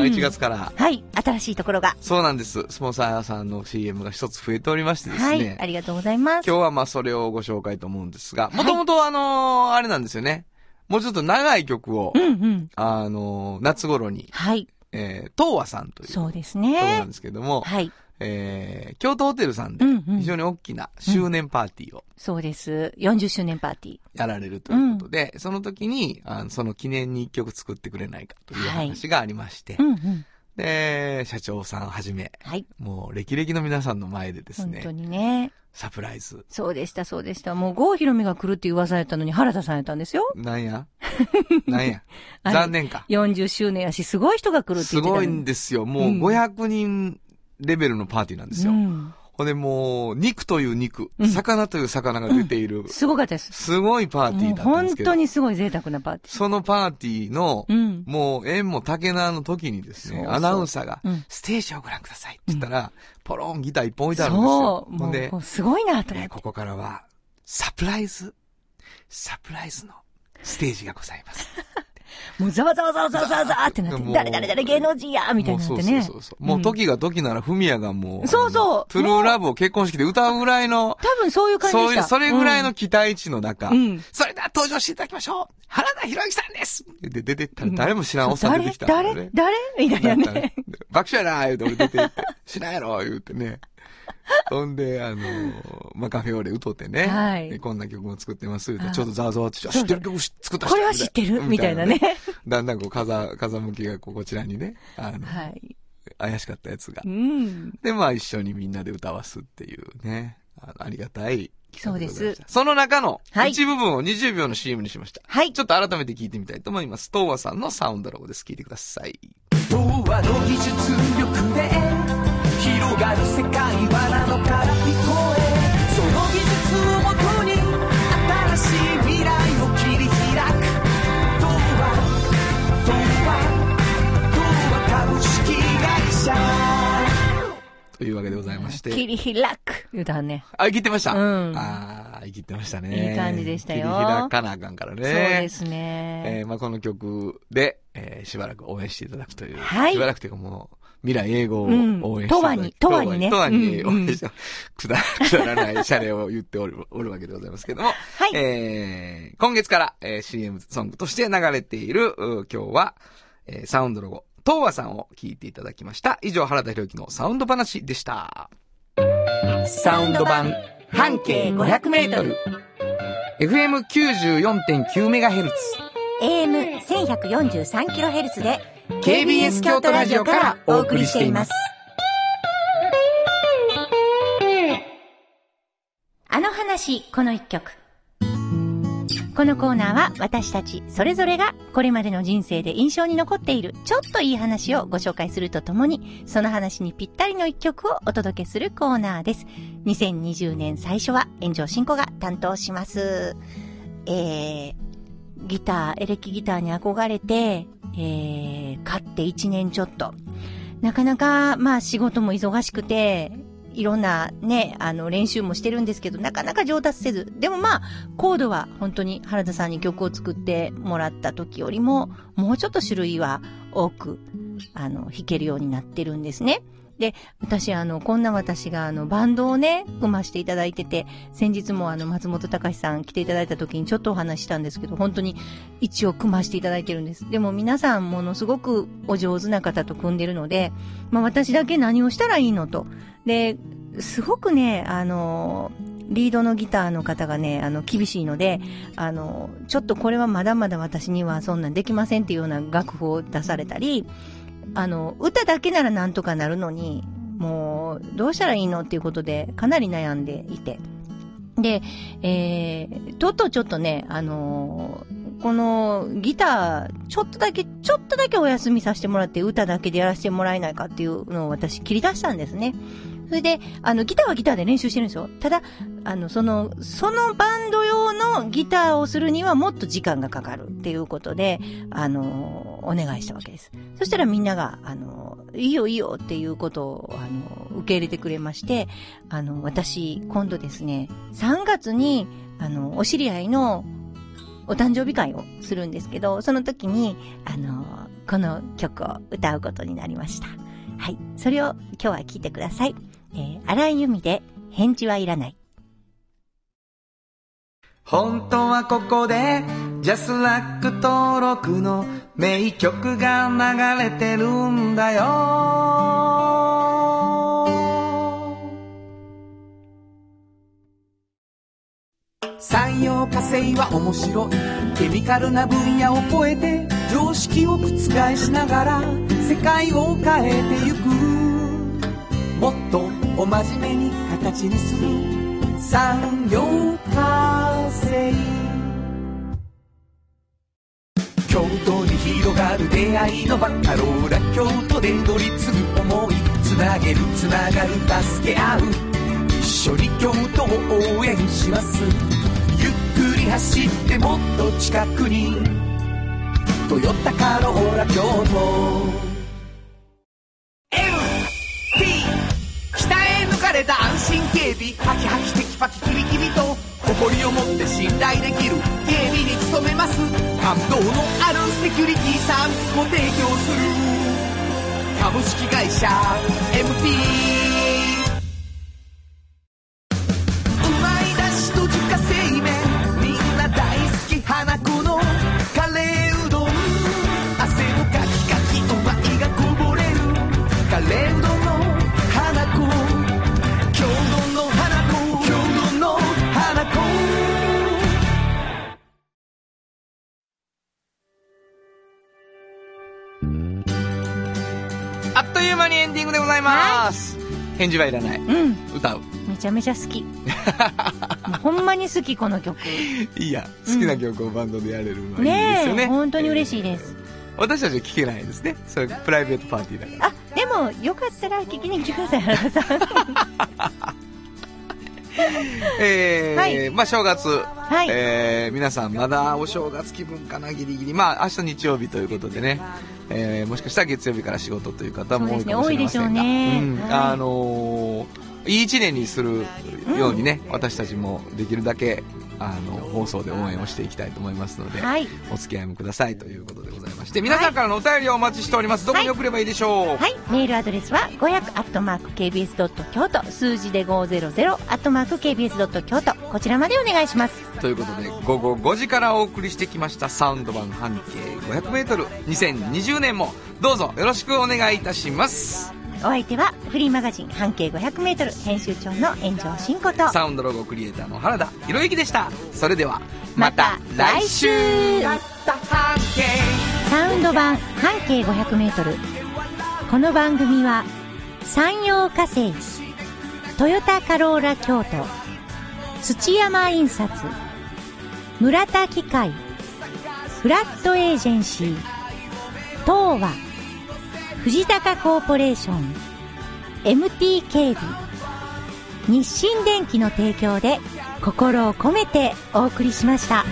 Speaker 3: ーん
Speaker 2: ?1 月から。
Speaker 3: はい。新しいところが。
Speaker 2: そうなんです。スポンサーさんの CM が一つ増えておりましてですね。
Speaker 3: はい。ありがとうござい ます。
Speaker 2: 今日はまあそれをご紹介と思うんですが、
Speaker 3: い
Speaker 2: もともとあのーあれなんですよね。もうちょっと長い曲を、
Speaker 3: うんうん。
Speaker 2: あのー夏頃に、
Speaker 3: はい。
Speaker 2: えー、東和さんという。
Speaker 3: そうです
Speaker 2: ことなん
Speaker 3: ね。
Speaker 2: ですけども、
Speaker 3: はい。
Speaker 2: えー、京都ホテルさんで
Speaker 3: うんうん
Speaker 2: 非常に大きな周年パーティーを
Speaker 3: そうです。40周年パーティー。
Speaker 2: やられるということで、その時にあの、その記念に一曲作ってくれないかという話がありまして、
Speaker 3: うんうん。
Speaker 2: で、社長さんはじめ、
Speaker 3: はい。
Speaker 2: もう歴々の皆さんの前でです
Speaker 3: 本
Speaker 2: ね
Speaker 3: 当、にね。
Speaker 2: サプライズ。
Speaker 3: そうでした、そうでした。もう郷ひろみが来るって噂やったのに原田さんやったんですよ。
Speaker 2: な んやなんや
Speaker 3: あれ
Speaker 2: 残念か。
Speaker 3: 40周年やし、すごい人が来るって
Speaker 2: す
Speaker 3: 言ってた
Speaker 2: ご
Speaker 3: の
Speaker 2: い
Speaker 3: に
Speaker 2: んですよ。もう
Speaker 3: うん
Speaker 2: 500人レベルのパーティーなんですよ。
Speaker 3: うん
Speaker 2: ほんでもう、肉という肉
Speaker 3: う、ん
Speaker 2: 魚という魚が出ている、
Speaker 3: すごかったです。
Speaker 2: すごいパーティ
Speaker 3: も
Speaker 2: ー
Speaker 3: う
Speaker 2: だったんで
Speaker 3: 本
Speaker 2: すけど
Speaker 3: 当、にすごい贅沢なパーティー。
Speaker 2: そのパーティーの、
Speaker 3: うん
Speaker 2: もう縁も竹縄の時にです
Speaker 3: そう
Speaker 2: ね、
Speaker 3: そう
Speaker 2: アナウンサーが
Speaker 3: うん、
Speaker 2: ステージをご覧くださいって言ったら、ポロンギター一本置いてあるんですよ
Speaker 3: そ。う、
Speaker 2: ほ
Speaker 3: も
Speaker 2: んで
Speaker 3: う、、すごいなと思
Speaker 2: え
Speaker 3: っ
Speaker 2: ー
Speaker 3: て。
Speaker 2: ここからは、サプライズ、サプライズのステージがございます。
Speaker 3: もうざわざわざわざわざわざわってなっ
Speaker 2: も
Speaker 3: て、
Speaker 2: う
Speaker 3: 誰誰誰芸能人やみたいになって
Speaker 2: もう
Speaker 3: ね。
Speaker 2: そうそうそうそう。もう時が時なら、フミヤがもう、
Speaker 3: そうそう
Speaker 2: あのトゥルーラブを結婚式で歌うぐらいの、
Speaker 3: 多分そういう感じで
Speaker 2: そう
Speaker 3: し
Speaker 2: いう、
Speaker 3: た。
Speaker 2: それぐらいの期待値の中、
Speaker 3: うん
Speaker 2: それでは登場していただきましょう原田博之さんですで、出てった
Speaker 3: う
Speaker 2: ら
Speaker 3: ん、
Speaker 2: 誰も知らんおっさん出てきたんだよ
Speaker 3: 誰
Speaker 2: ね。
Speaker 3: 誰誰みたい
Speaker 2: だ
Speaker 3: な
Speaker 2: ったら
Speaker 3: ね。
Speaker 2: 爆笑やなー言うて俺出て行って、知らんやろ言うてね。ほんで、あのーまあ、カフェオレ歌ってね。
Speaker 3: はい
Speaker 2: でこんな曲も作ってます言う
Speaker 3: あ
Speaker 2: て、
Speaker 3: あ
Speaker 2: ちょっとざわざわってしちゃう
Speaker 3: そ
Speaker 2: 知
Speaker 3: う
Speaker 2: ってる曲作った
Speaker 3: これは知ってるみたいなね。。
Speaker 2: だんだんこう、風、風向きがこうこちらにね、あの、
Speaker 3: はい。
Speaker 2: 怪しかったやつが
Speaker 3: う。ん。
Speaker 2: で、まあ一緒にみんなで歌わすっていうね、あのありがたい企画ございました。
Speaker 3: そうです
Speaker 2: その中の
Speaker 3: はい
Speaker 2: 一部分を20秒の CM にしました。
Speaker 3: はい
Speaker 2: ちょっと改めて聞いてみたいと思います。東和さんのサウンドロゴです。聞いてください。
Speaker 4: 童話の技術力で広がる世界はなのから聞こえその技術をもとに新しい未来を切り開く童話童話童話株式会社
Speaker 2: というわけでございまして。
Speaker 3: 切り開く。言うたね。
Speaker 2: あ、切ってました。
Speaker 3: うん
Speaker 2: ああ、切ってましたね。
Speaker 3: いい感じでしたよ
Speaker 2: 切り開かなあかんからね。
Speaker 3: そうです
Speaker 2: え
Speaker 3: ね。
Speaker 2: ーまあこの曲で、えーしばらく応援していただくという。
Speaker 3: はい
Speaker 2: しばらくというかもう、未来英語を応
Speaker 3: うん
Speaker 2: 援していただく。
Speaker 3: とわにとわにね
Speaker 2: とわに
Speaker 3: う
Speaker 2: 応
Speaker 3: んうん
Speaker 2: 援して、くだ、 くだらないシャレを言っておる、おるわけでございますけども。
Speaker 3: はい
Speaker 2: えー今月から、えー CM ソングとして流れている、うー今日は、えーサウンドロゴ、東和さんを聞いていただきました。以上、原田博之のサウンド話でした。
Speaker 5: サウンド版半径 500m
Speaker 2: FM94.9MHz。
Speaker 6: AM1143kHz で
Speaker 2: KBS 京都ラジオからお送りしています。
Speaker 3: あの話、この一曲。このコーナーは私たちそれぞれがこれまでの人生で印象に残っているちょっといい話をご紹介するとともにその話にぴったりの一曲をお届けするコーナーです。2020年最初は炎上進行が担当します。えー、ギター、エレキギターに憧れて、えー、買って1年ちょっと。なかなか、まあ仕事も忙しくて、いろんなね、あの練習もしてるんですけど、なかなか上達せず。でもまあ、コードは本当に原田さんに曲を作ってもらった時よりも、もうちょっと種類は多く、あの、弾けるようになってるんですね。で、私、あの、こんな私が、あの、バンドをね、組ましていただいてて、先日もあの、松本隆さん来ていただいた時にちょっとお話ししたんですけど、本当に一応組ましていただいてるんです。でも皆さんものすごくお上手な方と組んでるので、まあ私だけ何をしたらいいのと。で、すごくね、あの、リードのギターの方がね、あの、厳しいので、あの、ちょっとこれはまだまだ私にはそんなんできませんっていうような楽譜を出されたり、あの、歌だけならなんとかなるのに、もう、どうしたらいいのっていうことで、かなり悩んでいて。で、えー、とうとうちょっとね、あのーこのギター、ちょっとだけ、ちょっとだけお休みさせてもらって、歌だけでやらせてもらえないかっていうのを私切り出したんですね。それで、あの、ギターはギターで練習してるんですよ。ただ、あの、その、そのバンド用のギターをするにはもっと時間がかかるっていうことで、あのーお願いしたわけです。そしたらみんなが、あのーいいよいいよっていうことを、あのー受け入れてくれまして、あの、私、今度ですね、3月に、あの、お知り合いのお誕生日会をするんですけど、その時に、あの、この曲を歌うことになりました。はい。それを今日は聴いてください。えー、荒井由実で、返事はいらない。
Speaker 2: 本当はここでジャスラック登録の名曲が流れてるんだよ
Speaker 4: 産業化成は面白いケミカルな分野を超えて常識を覆しながら世界を変えてゆくもっとお真面目に形にする産業化成京都に広がる出会いのバカローラ京都で乗り継ぐ思いつなげるつながる助け合う一緒に京都を応援しますゆっくり走ってもっと近くに「トヨタカローラ京都」
Speaker 10: MT 鍛え抜かれた安心警備ハキハキテキパキキビキビと誇りを持って信頼できる警備に努めます感動のあるセキュリティサービスも提供する株式会社 MT うまいだしと自家製麺みんな大好き花子のカレーうどん汗のかきかきお前がこぼれるカレーうどんの花子京都の花子京都の花子
Speaker 2: あっという間にエンディングでございます。返事はいらない。
Speaker 3: うん。
Speaker 2: 歌う。
Speaker 3: めちゃめちゃ好き。もうほんまに好き、この曲。
Speaker 2: いいや、好きな曲をバンドでやれるのはいいで
Speaker 3: ね
Speaker 2: す
Speaker 3: え、
Speaker 2: よね。
Speaker 3: 本当に嬉しいです。
Speaker 2: 私たちは聴けないですね。そういうプライベートパーティーだから。
Speaker 3: あ、でも、よかったら聞きに来てください、原田さん。
Speaker 2: えー
Speaker 3: はい
Speaker 2: まあ正月、
Speaker 3: い
Speaker 2: えー皆さんまだお正月気分かな、ギリギリ。まあ明日日曜日ということでね、えーもしかしたら月曜日から仕事という方も多いかもしれ
Speaker 3: そう
Speaker 2: ませんが、
Speaker 3: ですね多いでしょうね
Speaker 2: ん
Speaker 3: はい
Speaker 2: あのーいい一年にするようにね、私たちもできるだけ、あの、放送で応援をしていきたいと思いますので、
Speaker 3: はい
Speaker 2: お付き合いもくださいということでございまして、皆さんからのお便りをお待ちしております。どこに送ればいいでしょう、
Speaker 3: はい、メールアドレスは5 0 0 k b s k y o t 数字で5 0 0 k b s k y o t こちらまでお願いします
Speaker 2: ということで午後5時からお送りしてきましたサウンド版半径 500m2020 年もどうぞよろしくお願いいたします
Speaker 3: お相手はフリーマガジン半径 500m 編集長の炎上真子と
Speaker 2: サウンドロゴクリエイターの原田博之でしたそれではま
Speaker 3: ま
Speaker 2: た
Speaker 3: た
Speaker 2: 来
Speaker 3: 来
Speaker 2: 週
Speaker 3: 週
Speaker 2: また半径
Speaker 3: サウンド版半径 500m この番組は山陽火星トヨタカローラ京都土山印刷村田機械フラットエージェンシー東和藤高コーポレーション MT 警備日清電機の提供で心を込めてお送りしました。